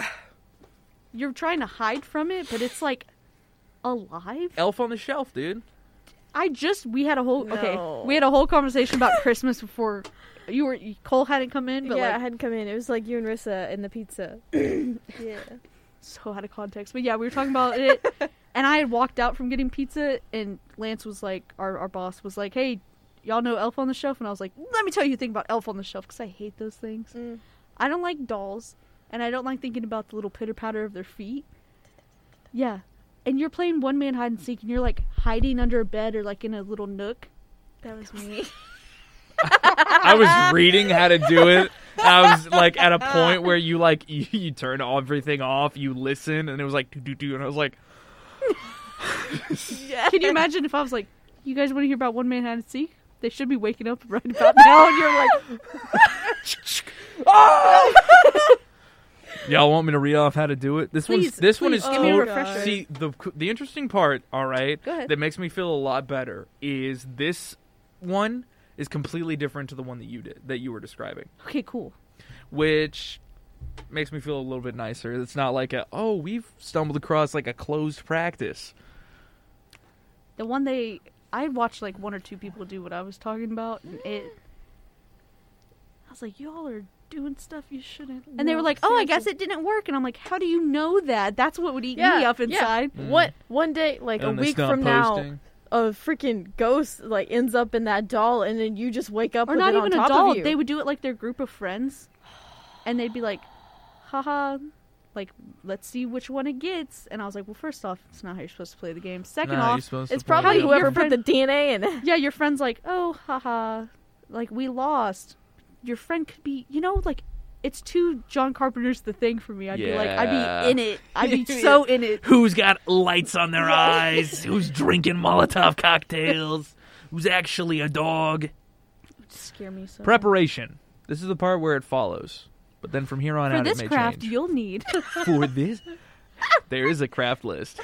Speaker 2: you're trying to hide from it, but it's like alive.
Speaker 1: Elf on the shelf, dude.
Speaker 2: I just we had a whole
Speaker 3: No.
Speaker 2: okay. We had a whole conversation about Christmas before you were Cole hadn't come in, but
Speaker 3: yeah, I
Speaker 2: like
Speaker 3: hadn't come in. It was like you and Rissa and the pizza. yeah.
Speaker 2: so out of context. But yeah, we were talking about it, and I had walked out from getting pizza, and Lance was like, our, our boss was like, hey, y'all know Elf on the Shelf? And I was like, let me tell you a thing about Elf on the Shelf, because I hate those things.
Speaker 3: Mm.
Speaker 2: I don't like dolls, and I don't like thinking about the little pitter patter of their feet. Yeah. And you're playing one man hide and seek, and you're like hiding under a bed or like in a little nook.
Speaker 5: That was me.
Speaker 1: I was reading how to do it. I was like at a point where you like you, you turn everything off, you listen, and it was like do do do, and I was like,
Speaker 2: Can you imagine if I was like, you guys want to hear about one man hide and seek? They should be waking up right about now, and you're like,
Speaker 1: y'all want me to read off how to do it? This one's
Speaker 2: Please,
Speaker 1: this one
Speaker 2: please,
Speaker 1: is
Speaker 2: give me a
Speaker 1: tot-
Speaker 2: refresher.
Speaker 1: see the the interesting part. All right,
Speaker 2: Go ahead.
Speaker 1: that makes me feel a lot better is this one is completely different to the one that you did that you were describing,
Speaker 2: okay, cool.
Speaker 1: which makes me feel a little bit nicer. It's not like a oh we've stumbled across like a closed practice.
Speaker 2: The one they I watched like one or two people do what I was talking about and it I was like, Y'all are doing stuff you shouldn't And they were
Speaker 3: No,
Speaker 2: like, Oh, I guess it didn't work and I'm like, How do you know that? That's what would eat me
Speaker 3: Yeah,
Speaker 2: up
Speaker 3: yeah.
Speaker 2: inside.
Speaker 1: Mm.
Speaker 3: What one day, like
Speaker 1: And
Speaker 3: a
Speaker 1: it's
Speaker 3: week
Speaker 1: not
Speaker 3: from
Speaker 1: posting.
Speaker 3: now, a freaking ghost like ends up in that doll, and then you just wake up
Speaker 2: Or
Speaker 3: with
Speaker 2: not
Speaker 3: it on
Speaker 2: even a
Speaker 3: top
Speaker 2: doll.
Speaker 3: of you.
Speaker 2: They would do it like their group of friends and they'd be like, haha like let's see which one it gets and I was like, Well first off, it's not how you're supposed to play the game. Second
Speaker 1: Nah, you're
Speaker 2: off
Speaker 1: supposed to
Speaker 3: it's
Speaker 1: pull it
Speaker 3: probably
Speaker 1: up.
Speaker 2: Your
Speaker 3: whoever put
Speaker 2: friend-
Speaker 3: the DNA in it.
Speaker 2: Yeah, your friend's like, oh, haha, like we lost. Your friend could be, you know, like it's too John Carpenter's the thing for me. I'd be like,
Speaker 1: Yeah.
Speaker 2: I'd be in it. I'd be so in it.
Speaker 1: Who's got lights on their eyes? Who's drinking Molotov cocktails? Who's actually a dog?
Speaker 2: Scare me so.
Speaker 1: Preparation. This is the part where it follows. But then from here on
Speaker 2: for
Speaker 1: out,
Speaker 2: this
Speaker 1: it may
Speaker 2: craft,
Speaker 1: change.
Speaker 2: you'll need
Speaker 1: For this, there is a craft list.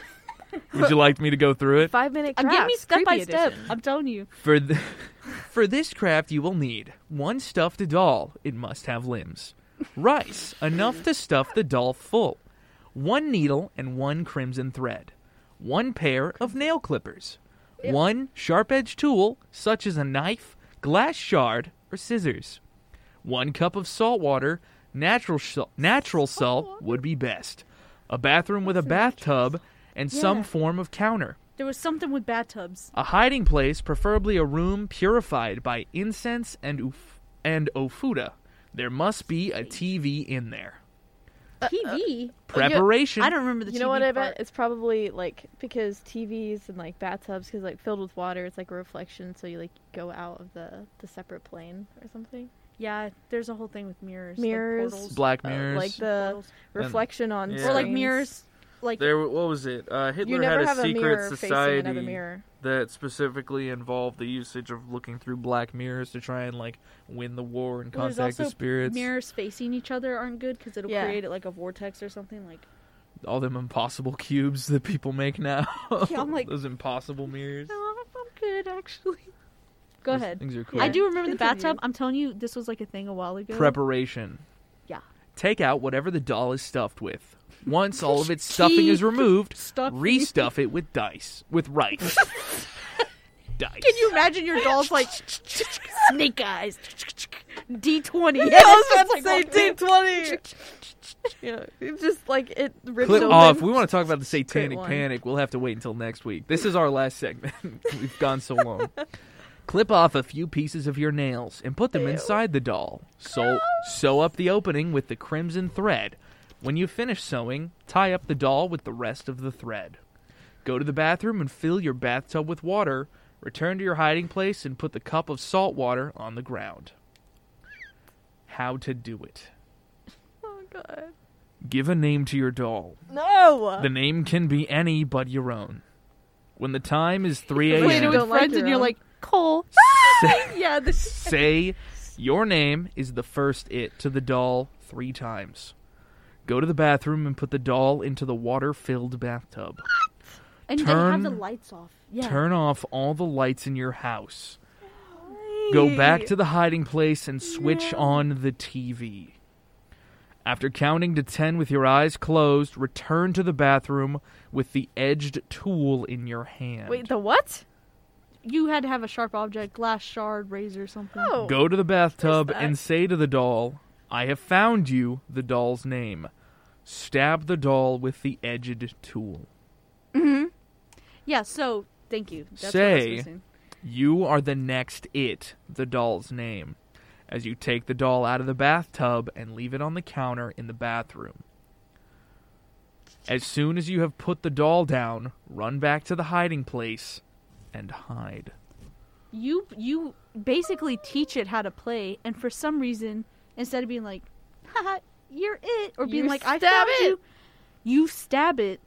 Speaker 1: Would you like me to go through it?
Speaker 3: Five minute.
Speaker 2: Um, give me
Speaker 3: crafts,
Speaker 2: step by
Speaker 3: creepy
Speaker 2: step.
Speaker 3: edition.
Speaker 2: I'm telling you.
Speaker 1: For th- for this craft, you will need one stuffed doll. It must have limbs. Rice enough to stuff the doll full. One needle and one crimson thread. One pair of nail clippers. One sharp edged tool, such as a knife, glass shard, or scissors. One cup of salt water, natural sh- natural salt would be best. A bathroom with a bathtub and some
Speaker 2: Yeah.
Speaker 1: form of counter.
Speaker 2: There was something with bathtubs.
Speaker 1: A hiding place, preferably a room purified by incense and uf- and ofuda. There must be a TV in there.
Speaker 2: Uh, TV.
Speaker 1: Preparation.
Speaker 2: I don't remember the.
Speaker 3: You
Speaker 2: TV
Speaker 3: know what I bet?
Speaker 2: part.
Speaker 3: It's probably like because TVs and like bathtubs, because like filled with water, it's like a reflection, so you like go out of the the separate plane or something.
Speaker 2: Yeah, there's a whole thing with mirrors.
Speaker 3: Mirrors.
Speaker 2: Like portals.
Speaker 1: Black
Speaker 3: Uh,
Speaker 1: mirrors.
Speaker 3: like the
Speaker 2: Portals.
Speaker 3: reflection on
Speaker 1: Yeah.
Speaker 2: or like
Speaker 3: screens.
Speaker 2: mirrors. like
Speaker 1: There, what was it? Uh,
Speaker 3: you
Speaker 1: Hitler had
Speaker 3: never
Speaker 1: a
Speaker 3: have a
Speaker 1: secret
Speaker 3: mirror facing another
Speaker 1: society
Speaker 3: mirror.
Speaker 1: that specifically involved the usage of looking through black mirrors to try and like win the war and
Speaker 2: Well, there's
Speaker 1: contact the
Speaker 2: also
Speaker 1: spirits.
Speaker 2: mirrors facing each other aren't good because it'll
Speaker 3: Yeah.
Speaker 2: create like a vortex or something. Like
Speaker 1: All them impossible cubes that people make now.
Speaker 2: Yeah, I'm like-
Speaker 1: those impossible mirrors.
Speaker 2: no, I'm good actually. Go
Speaker 1: Those
Speaker 2: ahead.
Speaker 1: Things are cool.
Speaker 2: I do remember the
Speaker 5: Continue.
Speaker 2: bathtub. I'm telling you, this was like a thing a while ago.
Speaker 1: preparation.
Speaker 2: Yeah.
Speaker 1: Take out whatever the doll is stuffed with. Once all of its stuffing is removed,
Speaker 2: Stuff.
Speaker 1: restuff it with dice. With rice. dice.
Speaker 2: Can you imagine your doll's like snake eyes, D twenty?
Speaker 3: Yeah, I was about to say
Speaker 4: D twenty. Yeah, it's just like it rips
Speaker 1: Clip
Speaker 4: open.
Speaker 1: off. We want to talk about the
Speaker 3: Great
Speaker 1: satanic
Speaker 3: one.
Speaker 1: panic. We'll have to wait until next week. This is our last segment. We've gone so long. Clip off a few pieces of your nails and put them inside the doll. So sew up the opening with the crimson thread. When you finish sewing, tie up the doll with the rest of the thread. Go to the bathroom and fill your bathtub with water. Return to your hiding place and put the cup of salt water on the ground. How to do it.
Speaker 4: Oh god.
Speaker 1: Give a name to your doll.
Speaker 4: No.
Speaker 1: The name can be any but your own. When the time is 3
Speaker 2: Played it
Speaker 1: a.m.,
Speaker 2: with
Speaker 4: don't like
Speaker 2: friends,
Speaker 4: your
Speaker 2: and you're
Speaker 4: own.
Speaker 2: like Cole.
Speaker 1: say,
Speaker 2: yeah, this
Speaker 1: say your name is the first it to the doll three times. Go to the bathroom and put the doll into the water filled bathtub.
Speaker 2: and you gotta have the
Speaker 1: Turn-
Speaker 2: lights off. Yeah,
Speaker 1: Turn off all the lights in your house. Go back to the hiding place and switch on the TV. After counting to 10 with your eyes closed, return to the bathroom with the edged tool in your hand.
Speaker 3: Wait, the what?
Speaker 2: you had to have a sharp object, glass shard, razor, something.
Speaker 3: Oh,
Speaker 1: Go to the bathtub
Speaker 3: that?
Speaker 1: and say to the doll, I have found you, the doll's name. Stab the doll with the edged tool.
Speaker 2: Mm-hmm. Yeah, so thank you. That's what I
Speaker 1: Say-
Speaker 2: was missing.
Speaker 1: You are the next it, the doll's name. As you take the doll out of the bathtub and leave it on the counter in the bathroom. As soon as you have put the doll down, run back to the hiding place and hide.
Speaker 2: you you basically teach it how to play, and for some reason, instead of being like, "Haha, you're it," or being
Speaker 3: You
Speaker 2: like, "I
Speaker 3: stab
Speaker 2: found you," you stab it,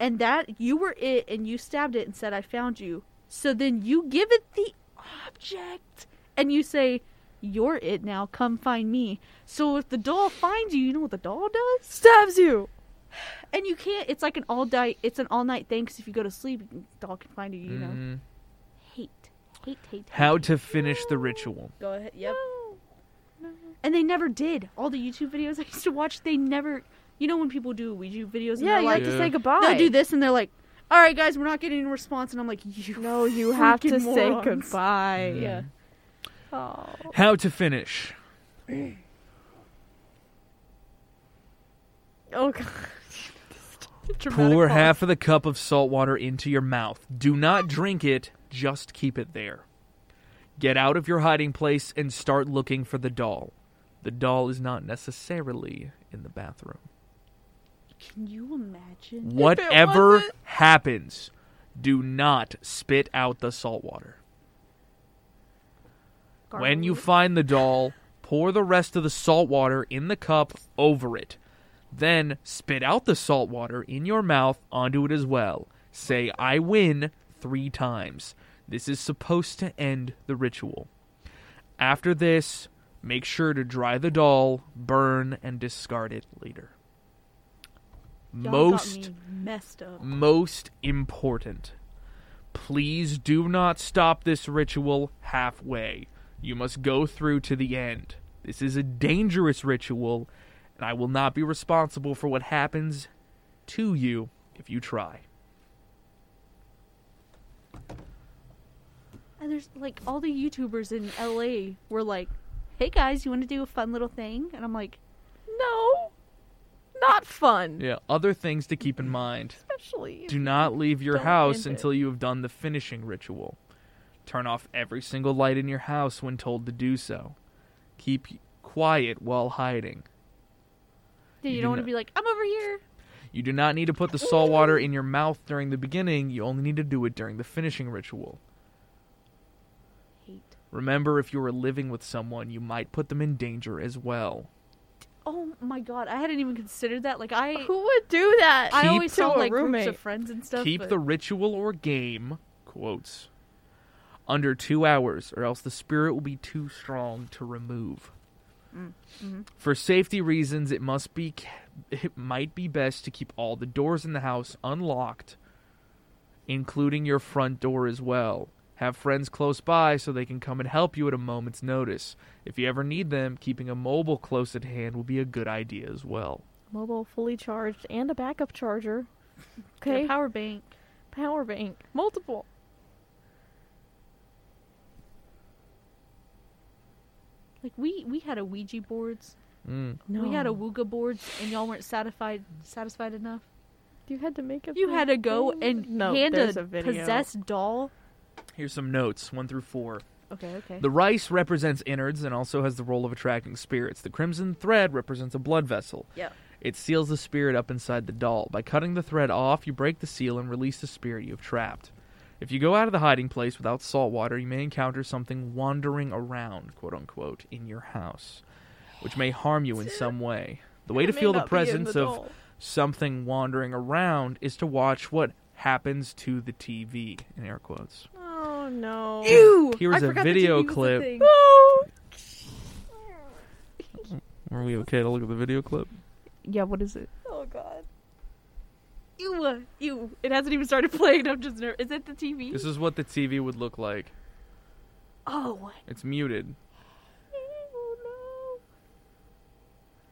Speaker 2: and that you were it, and you stabbed it and said, "I found you." So then you give it the object, and you say. You're it now. Come find me. So if the doll finds you, you know what the doll does.
Speaker 3: stabs you.
Speaker 2: And you can't. It's like an all night. It's an all night thing. Cause if you go to sleep, the dog can find you. You know.
Speaker 1: Mm.
Speaker 2: Hate, hate, hate.
Speaker 1: How to finish the ritual.
Speaker 2: Go ahead. Yep. And they never did. All the YouTube videos I used to watch, they never. You know when people do YouTube videos, and
Speaker 3: Yeah,
Speaker 2: they're
Speaker 3: you
Speaker 2: like,
Speaker 3: have to
Speaker 1: Yeah.
Speaker 3: say goodbye.
Speaker 2: they'll do this, and they're like, "All right, guys, we're not getting any response," and I'm like, "You
Speaker 3: No, you have to
Speaker 2: freaking
Speaker 3: say
Speaker 2: morons."
Speaker 3: goodbye.
Speaker 1: Mm.
Speaker 2: Yeah.
Speaker 3: Oh.
Speaker 1: How to finish.
Speaker 3: Oh god. Dramatic
Speaker 1: Pour
Speaker 3: pause.
Speaker 1: half of the cup of salt water into your mouth. Do not drink it, just keep it there. Get out of your hiding place and start looking for the doll. The doll is not necessarily in the bathroom.
Speaker 2: Can you imagine?
Speaker 1: Whatever happens, do not spit out the salt water. When you
Speaker 2: Garlic.
Speaker 1: find the doll, pour the rest of the salt water in the cup over it. Then spit out the salt water in your mouth onto it as well. Say, I win three times. This is supposed to end the ritual. After this, make sure to dry the doll, burn, and discard it later.
Speaker 2: Y'all got
Speaker 1: Most
Speaker 2: me messed up.
Speaker 1: most important. Please do not stop this ritual halfway. You must go through to the end. This is a dangerous ritual, and I will not be responsible for what happens to you if you try.
Speaker 2: And there's like all the YouTubers in LA were like, "Hey guys, you want to do a fun little thing?" And I'm like,
Speaker 3: No. Not fun.
Speaker 1: Yeah, other things to keep in mind.
Speaker 3: Especially.
Speaker 1: Do not leave your
Speaker 3: Don't
Speaker 1: house
Speaker 3: end it.
Speaker 1: until you have done the finishing ritual. Turn off every single light in your house when told to do so. Keep quiet while hiding. You
Speaker 2: "Dude, you
Speaker 1: do
Speaker 2: don't want to
Speaker 1: not-
Speaker 2: be like, I'm over here."
Speaker 1: You do not need to put the salt water in your mouth during the beginning. You only need to do it during the finishing ritual.
Speaker 2: Hate.
Speaker 1: Remember, if you are living with someone, you might put them in danger as well.
Speaker 2: Oh my god, I hadn't even considered that. Like I,
Speaker 3: Who would do that?
Speaker 2: I
Speaker 1: Keep-
Speaker 2: always
Speaker 3: To
Speaker 2: saw
Speaker 3: a
Speaker 2: like groups
Speaker 3: roommate.
Speaker 2: of friends and stuff.
Speaker 1: Keep
Speaker 2: but
Speaker 1: the ritual or game quotes under two hours, or else the spirit will be too strong to remove.
Speaker 2: Mm-hmm.
Speaker 1: For safety reasons, it must be ca- it might be best to keep all the doors in the house unlocked, including your front door as well. Have friends close by so they can come and help you at a moment's notice. If you ever need them, keeping a mobile close at hand will be a good idea as well.
Speaker 3: Mobile, fully charged, and a backup charger.
Speaker 2: get a
Speaker 3: Okay,
Speaker 2: power bank.
Speaker 3: power bank, multiple.
Speaker 2: Like we we had a Ouija boards,
Speaker 1: Mm.
Speaker 2: we had a Wooga boards, and y'all weren't satisfied satisfied enough.
Speaker 3: You had to make up.
Speaker 2: You
Speaker 3: the
Speaker 2: had to go
Speaker 3: thing?
Speaker 2: and
Speaker 3: no,
Speaker 2: hand
Speaker 3: there's
Speaker 2: a,
Speaker 3: a video.
Speaker 2: possessed doll.
Speaker 1: Here's some notes one through four.
Speaker 2: Okay, okay.
Speaker 1: The rice represents innards and also has the role of attracting spirits. The crimson thread represents a blood vessel.
Speaker 2: Yeah.
Speaker 1: It seals the spirit up inside the doll. By cutting the thread off, you break the seal and release the spirit you have trapped. If you go out of the hiding place without salt water, you may encounter something wandering around, quote unquote, in your house, which may harm you in some way. The way to
Speaker 4: It may
Speaker 1: feel the
Speaker 4: not be in
Speaker 1: presence of
Speaker 4: doll.
Speaker 1: something wandering around is to watch what happens to the TV, in air quotes.
Speaker 3: Oh no.
Speaker 2: Ew!
Speaker 1: Here's
Speaker 2: I
Speaker 1: a
Speaker 2: forgot the
Speaker 1: video
Speaker 2: TV was a
Speaker 1: clip.
Speaker 2: thing.
Speaker 1: Were we okay to look at the video clip?
Speaker 3: Yeah, what is it?
Speaker 4: Oh god.
Speaker 2: Ew, uh, ew. It hasn't even started playing. I'm just nervous. Is it the TV?
Speaker 1: This is what the TV would look like.
Speaker 2: oh.
Speaker 1: It's muted.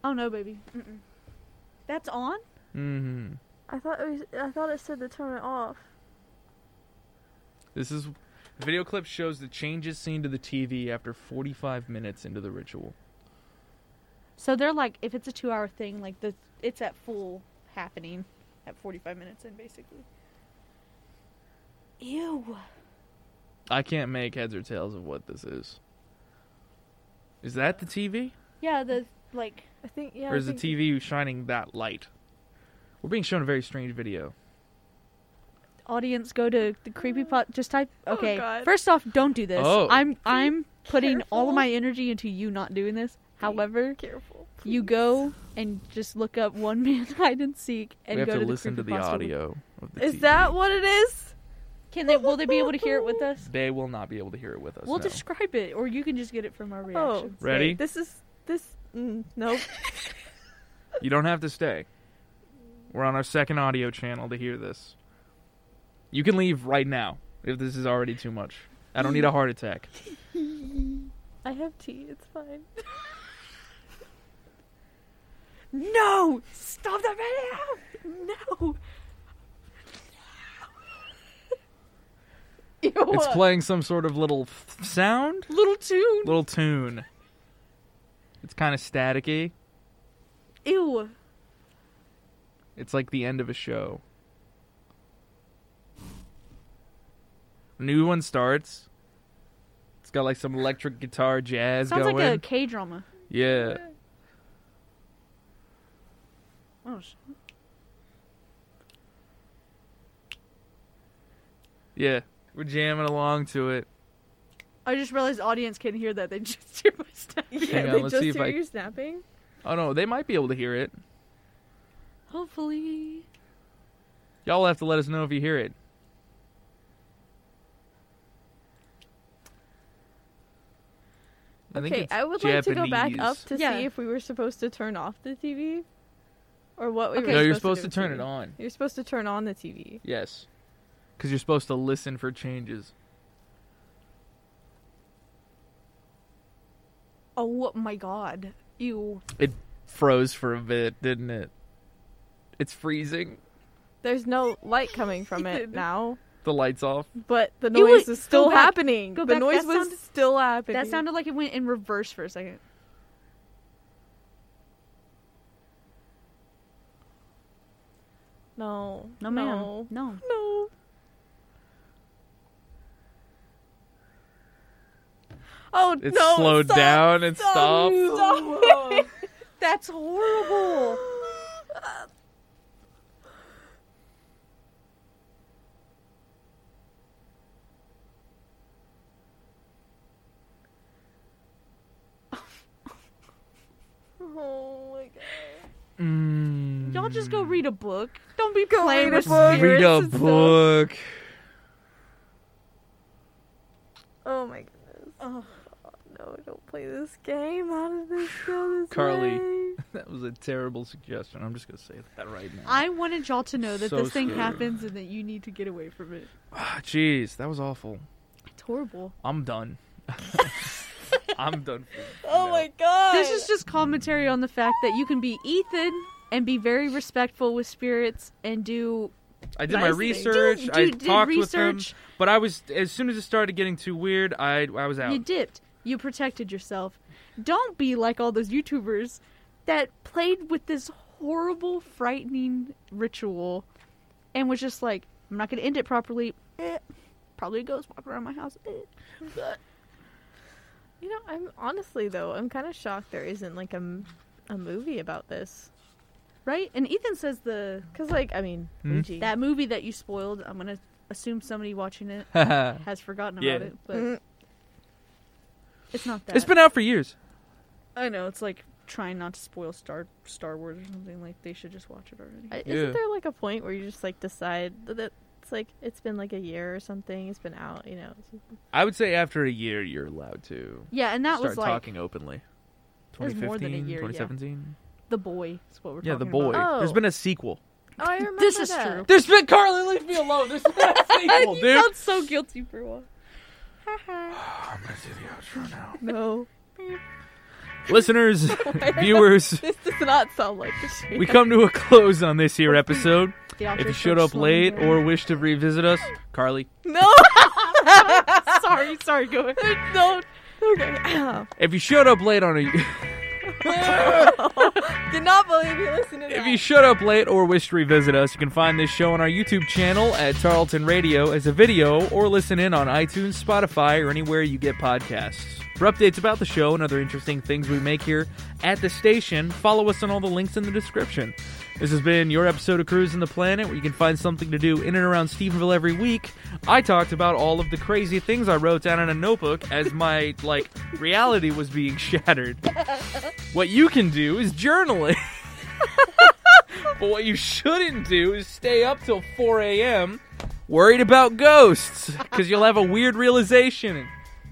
Speaker 2: Oh no, baby. Mm-mm. That's on?
Speaker 1: hmm
Speaker 4: I thought it was, I thought it said to turn it off.
Speaker 1: This is the video clip shows the changes seen to the TV after 45 minutes into the ritual.
Speaker 2: So they're like, if it's a two hour thing, like the it's at full happening at 45 minutes in, basically. Ew.
Speaker 1: I can't make heads or tails of what this is. Is that the TV,
Speaker 2: Yeah, the like
Speaker 4: I think yeah.
Speaker 1: or
Speaker 4: I
Speaker 1: is the
Speaker 4: think-
Speaker 1: TV shining that light? We're being shown a very strange video.
Speaker 2: audience go to the creepy pot. Just type.
Speaker 4: Oh,
Speaker 2: Okay,
Speaker 4: God.
Speaker 2: first off, don't do this.
Speaker 1: Oh.
Speaker 2: I'm I'm putting all
Speaker 4: careful.
Speaker 2: of my energy into you not doing this. However,
Speaker 4: Careful.
Speaker 2: you go and just look up one man hide and seek and
Speaker 1: we have
Speaker 2: go
Speaker 1: to,
Speaker 2: to,
Speaker 1: listen
Speaker 2: the
Speaker 1: to the
Speaker 2: creepypasta.
Speaker 1: audio. Of the
Speaker 4: Is
Speaker 1: TV.
Speaker 4: that what it is?
Speaker 2: Can they? Will they be able to hear it with us?
Speaker 1: They will not be able to hear it with us.
Speaker 2: We'll
Speaker 1: no.
Speaker 2: describe it, or you can just get it from our
Speaker 4: Oh,
Speaker 2: reaction.
Speaker 1: Ready?
Speaker 4: wait, This is this. Mm, nope.
Speaker 1: You don't have to stay. We're on our second audio channel to hear this. You can leave right now if this is already too much. I don't need a heart attack.
Speaker 4: I have tea. It's fine.
Speaker 2: No! Stop that right now! No!
Speaker 1: It's playing some sort of little f- sound,
Speaker 2: Little tune.
Speaker 1: little tune. It's kind of staticky.
Speaker 2: Ew.
Speaker 1: It's like the end of a show. New one starts. It's got like some electric guitar jazz
Speaker 2: Sounds
Speaker 1: going.
Speaker 2: like a K drama.
Speaker 1: yeah.
Speaker 2: Oh shit.
Speaker 1: Yeah. We're jamming along to it.
Speaker 2: I just realized audience can hear that. They just hear my stuff.
Speaker 1: Hang on,
Speaker 4: they
Speaker 1: let's
Speaker 4: just
Speaker 1: see if
Speaker 4: hear
Speaker 1: I-
Speaker 4: you snapping.
Speaker 1: Oh no, they might be able to hear it.
Speaker 2: Hopefully.
Speaker 1: Y'all have to let us know if you hear it. I think
Speaker 3: Okay,
Speaker 1: it's
Speaker 3: I would
Speaker 1: Japanese.
Speaker 3: like to go back up to
Speaker 2: Yeah.
Speaker 3: see if we were supposed to turn off the TV, or what we were.
Speaker 1: no, you're supposed
Speaker 3: supposed
Speaker 1: to
Speaker 3: do
Speaker 1: turn
Speaker 3: with
Speaker 1: it
Speaker 3: TV.
Speaker 1: on.
Speaker 3: You're supposed to turn on the TV.
Speaker 1: Yes, because you're supposed to listen for changes.
Speaker 2: Oh my god. Ew.
Speaker 1: Froze for a bit, didn't it? It's freezing.
Speaker 3: There's no light coming from it now,
Speaker 1: The lights off.
Speaker 3: but the
Speaker 2: You
Speaker 3: noise
Speaker 2: would-
Speaker 3: is still
Speaker 2: go back-
Speaker 3: happening.
Speaker 2: go
Speaker 3: the
Speaker 2: back,
Speaker 3: noise
Speaker 2: that
Speaker 3: was
Speaker 2: sounded-
Speaker 3: still happening.
Speaker 2: That sounded like it went in reverse for a second.
Speaker 3: no, no,
Speaker 2: No, ma'am. No.
Speaker 3: no.
Speaker 4: Oh
Speaker 1: It's
Speaker 4: no!
Speaker 1: slowed
Speaker 4: stop,
Speaker 1: down. It
Speaker 4: Stop.
Speaker 1: stopped.
Speaker 4: stop.
Speaker 2: That's horrible.
Speaker 4: oh my god.
Speaker 1: Mm.
Speaker 2: Y'all just go read a book. Don't be
Speaker 4: Go
Speaker 2: playing
Speaker 4: read a
Speaker 2: with
Speaker 4: book.
Speaker 2: spirits
Speaker 1: Read a
Speaker 2: and stuff.
Speaker 1: book.
Speaker 4: Oh my goodness. Oh no, don't play this game. How did this go this
Speaker 1: Carly.
Speaker 4: way?
Speaker 1: That was a terrible suggestion. I'm just gonna say that right now.
Speaker 2: I wanted y'all to know that
Speaker 1: So
Speaker 2: this thing
Speaker 1: scary.
Speaker 2: happens and that you need to get away from it.
Speaker 1: Ah, Jeez, that was awful.
Speaker 2: It's horrible.
Speaker 1: I'm done. I'm done. For
Speaker 4: Oh
Speaker 1: no.
Speaker 4: my god.
Speaker 2: This is just commentary on the fact that you can be Ethan and be very respectful with spirits and do
Speaker 1: I did my
Speaker 2: nice things. Do-
Speaker 1: research.
Speaker 2: do-
Speaker 1: I
Speaker 2: did
Speaker 1: talked with them,
Speaker 2: research.
Speaker 1: but I was as soon as it started getting too weird, I I was out.
Speaker 2: You dipped. You protected yourself. Don't be like all those YouTubers that played with this horrible, frightening ritual and was just like, I'm not going to end it properly. Eh. Probably a ghost walking around my house. Eh.
Speaker 3: You know, I'm honestly though, I'm kind of shocked there isn't like a, m- a movie about this.
Speaker 2: Right? And Ethan says the
Speaker 3: Cause like, I mean,
Speaker 1: Hmm?
Speaker 3: Ouija.
Speaker 2: that movie that you spoiled, I'm going to assume somebody watching it has forgotten about
Speaker 1: Yeah.
Speaker 2: it, but
Speaker 4: Mm.
Speaker 2: it's not that.
Speaker 1: Mm-hmm. it's been out for years.
Speaker 2: I know, it's like trying not to spoil Star Star Wars or something like they should just watch it already.
Speaker 3: I-
Speaker 1: Yeah.
Speaker 3: Isn't there like a point where you just like decide that- that it's like it's been like a year or something? It's been out, you know. it's-
Speaker 1: I would say after a year, you're allowed to
Speaker 2: yeah, and that
Speaker 1: start
Speaker 2: was like
Speaker 1: talking openly.
Speaker 2: It was
Speaker 1: 2015,
Speaker 2: more than a year, yeah.
Speaker 1: 2017.
Speaker 2: the boy. Is what we're
Speaker 1: Yeah, the
Speaker 2: talking
Speaker 1: boy.
Speaker 2: about.
Speaker 3: about-
Speaker 1: There's
Speaker 3: Oh.
Speaker 1: been a sequel.
Speaker 3: Oh, I remember
Speaker 2: This is
Speaker 3: that.
Speaker 2: true.
Speaker 1: There's been Carly. Leave me alone. There's been a sequel, Oh, dude.
Speaker 2: Sounds so guilty for one.
Speaker 1: I'm gonna do the outro now.
Speaker 3: No,
Speaker 1: Listeners, viewers,
Speaker 3: this does not sound like the show.
Speaker 1: we come to a close on this here episode. If you showed up late
Speaker 2: down.
Speaker 1: or wish to revisit us, Carly,
Speaker 3: No,
Speaker 2: sorry, sorry, go ahead.
Speaker 3: no. Okay.
Speaker 1: if you showed up late on a
Speaker 3: Did not believe you listened to
Speaker 1: If you showed up late or wish to revisit us, you can find this show on our YouTube channel at Tarleton Radio as a video or listen in on iTunes, Spotify, or anywhere you get podcasts. For updates about the show and other interesting things we make here at the station, follow us on all the links in the description. This has been your episode of Cruising the Planet, where you can find something to do in and around Stephenville every week. I talked about all of the crazy things I wrote down in a notebook as my like reality was being shattered. What you can do is journaling. But what you shouldn't do is stay up till 4 a.m. worried about ghosts because you'll have a weird realization and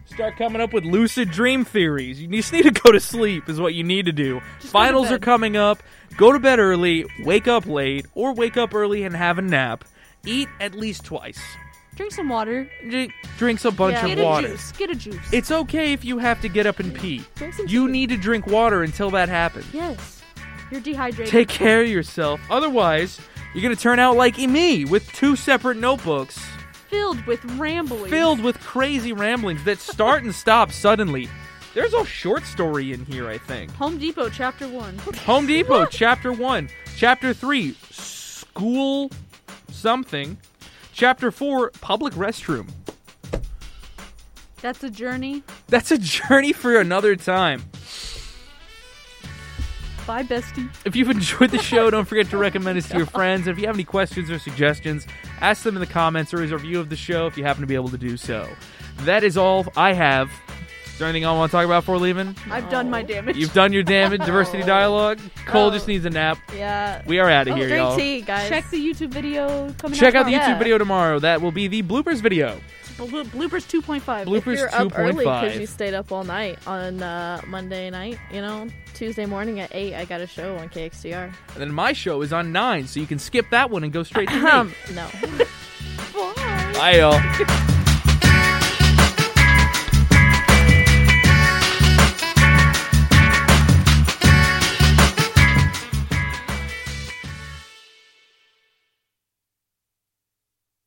Speaker 1: start coming up with lucid dream theories. You just need to go to sleep, is what you need to do. Finals are coming up. Go to bed early, wake up late, or wake up early and have a nap. Eat at least twice.
Speaker 2: Drink some water.
Speaker 1: Drink, drinks a bunch
Speaker 3: Yeah.
Speaker 1: of
Speaker 2: Get a
Speaker 1: water.
Speaker 2: juice. Get a juice.
Speaker 1: It's okay if you have to get up and pee.
Speaker 3: Drink some
Speaker 1: You
Speaker 3: tea.
Speaker 1: need to drink water until that happens.
Speaker 2: yes. You're dehydrated.
Speaker 1: Take care of yourself. Otherwise, you're going to turn out like me with two separate notebooks
Speaker 2: filled with rambling.
Speaker 1: filled with crazy ramblings that start and stop suddenly. There's a short story in here, I think.
Speaker 2: Home Depot chapter one.
Speaker 1: Home Depot, chapter one. Chapter three, school something. Chapter four, public restroom.
Speaker 2: That's a journey.
Speaker 1: That's a journey for another time.
Speaker 2: Bye, bestie.
Speaker 1: If you've enjoyed the show, don't forget to recommend us to your friends. And if you have any questions or suggestions, ask them in the comments or as a review of the show if you happen to be able to do so. That is all I have. Is there anything I want to talk about before leaving?
Speaker 2: I've done my damage.
Speaker 1: You've done your damage. Diversity dialogue. Cole just needs a nap.
Speaker 3: Yeah.
Speaker 1: We are out of
Speaker 3: Oh,
Speaker 1: here,
Speaker 3: drink
Speaker 1: y'all.
Speaker 3: tea, guys.
Speaker 2: Check the YouTube video coming
Speaker 1: Check out
Speaker 2: out.
Speaker 1: the YouTube
Speaker 3: Yeah.
Speaker 1: video tomorrow. That will be the bloopers video.
Speaker 2: YouTube. Bloopers 2.5.
Speaker 1: Bloop- Bloopers
Speaker 3: if you're up early because
Speaker 1: 2.5.
Speaker 3: you stayed up all night on uh, Monday night. You know, Tuesday morning at eight, I got a show on KXDR.
Speaker 1: And then my show is on
Speaker 3: Uh-huh.
Speaker 1: nine, so you can skip that one and go straight to me.
Speaker 3: Um, no.
Speaker 1: Bye, y'all.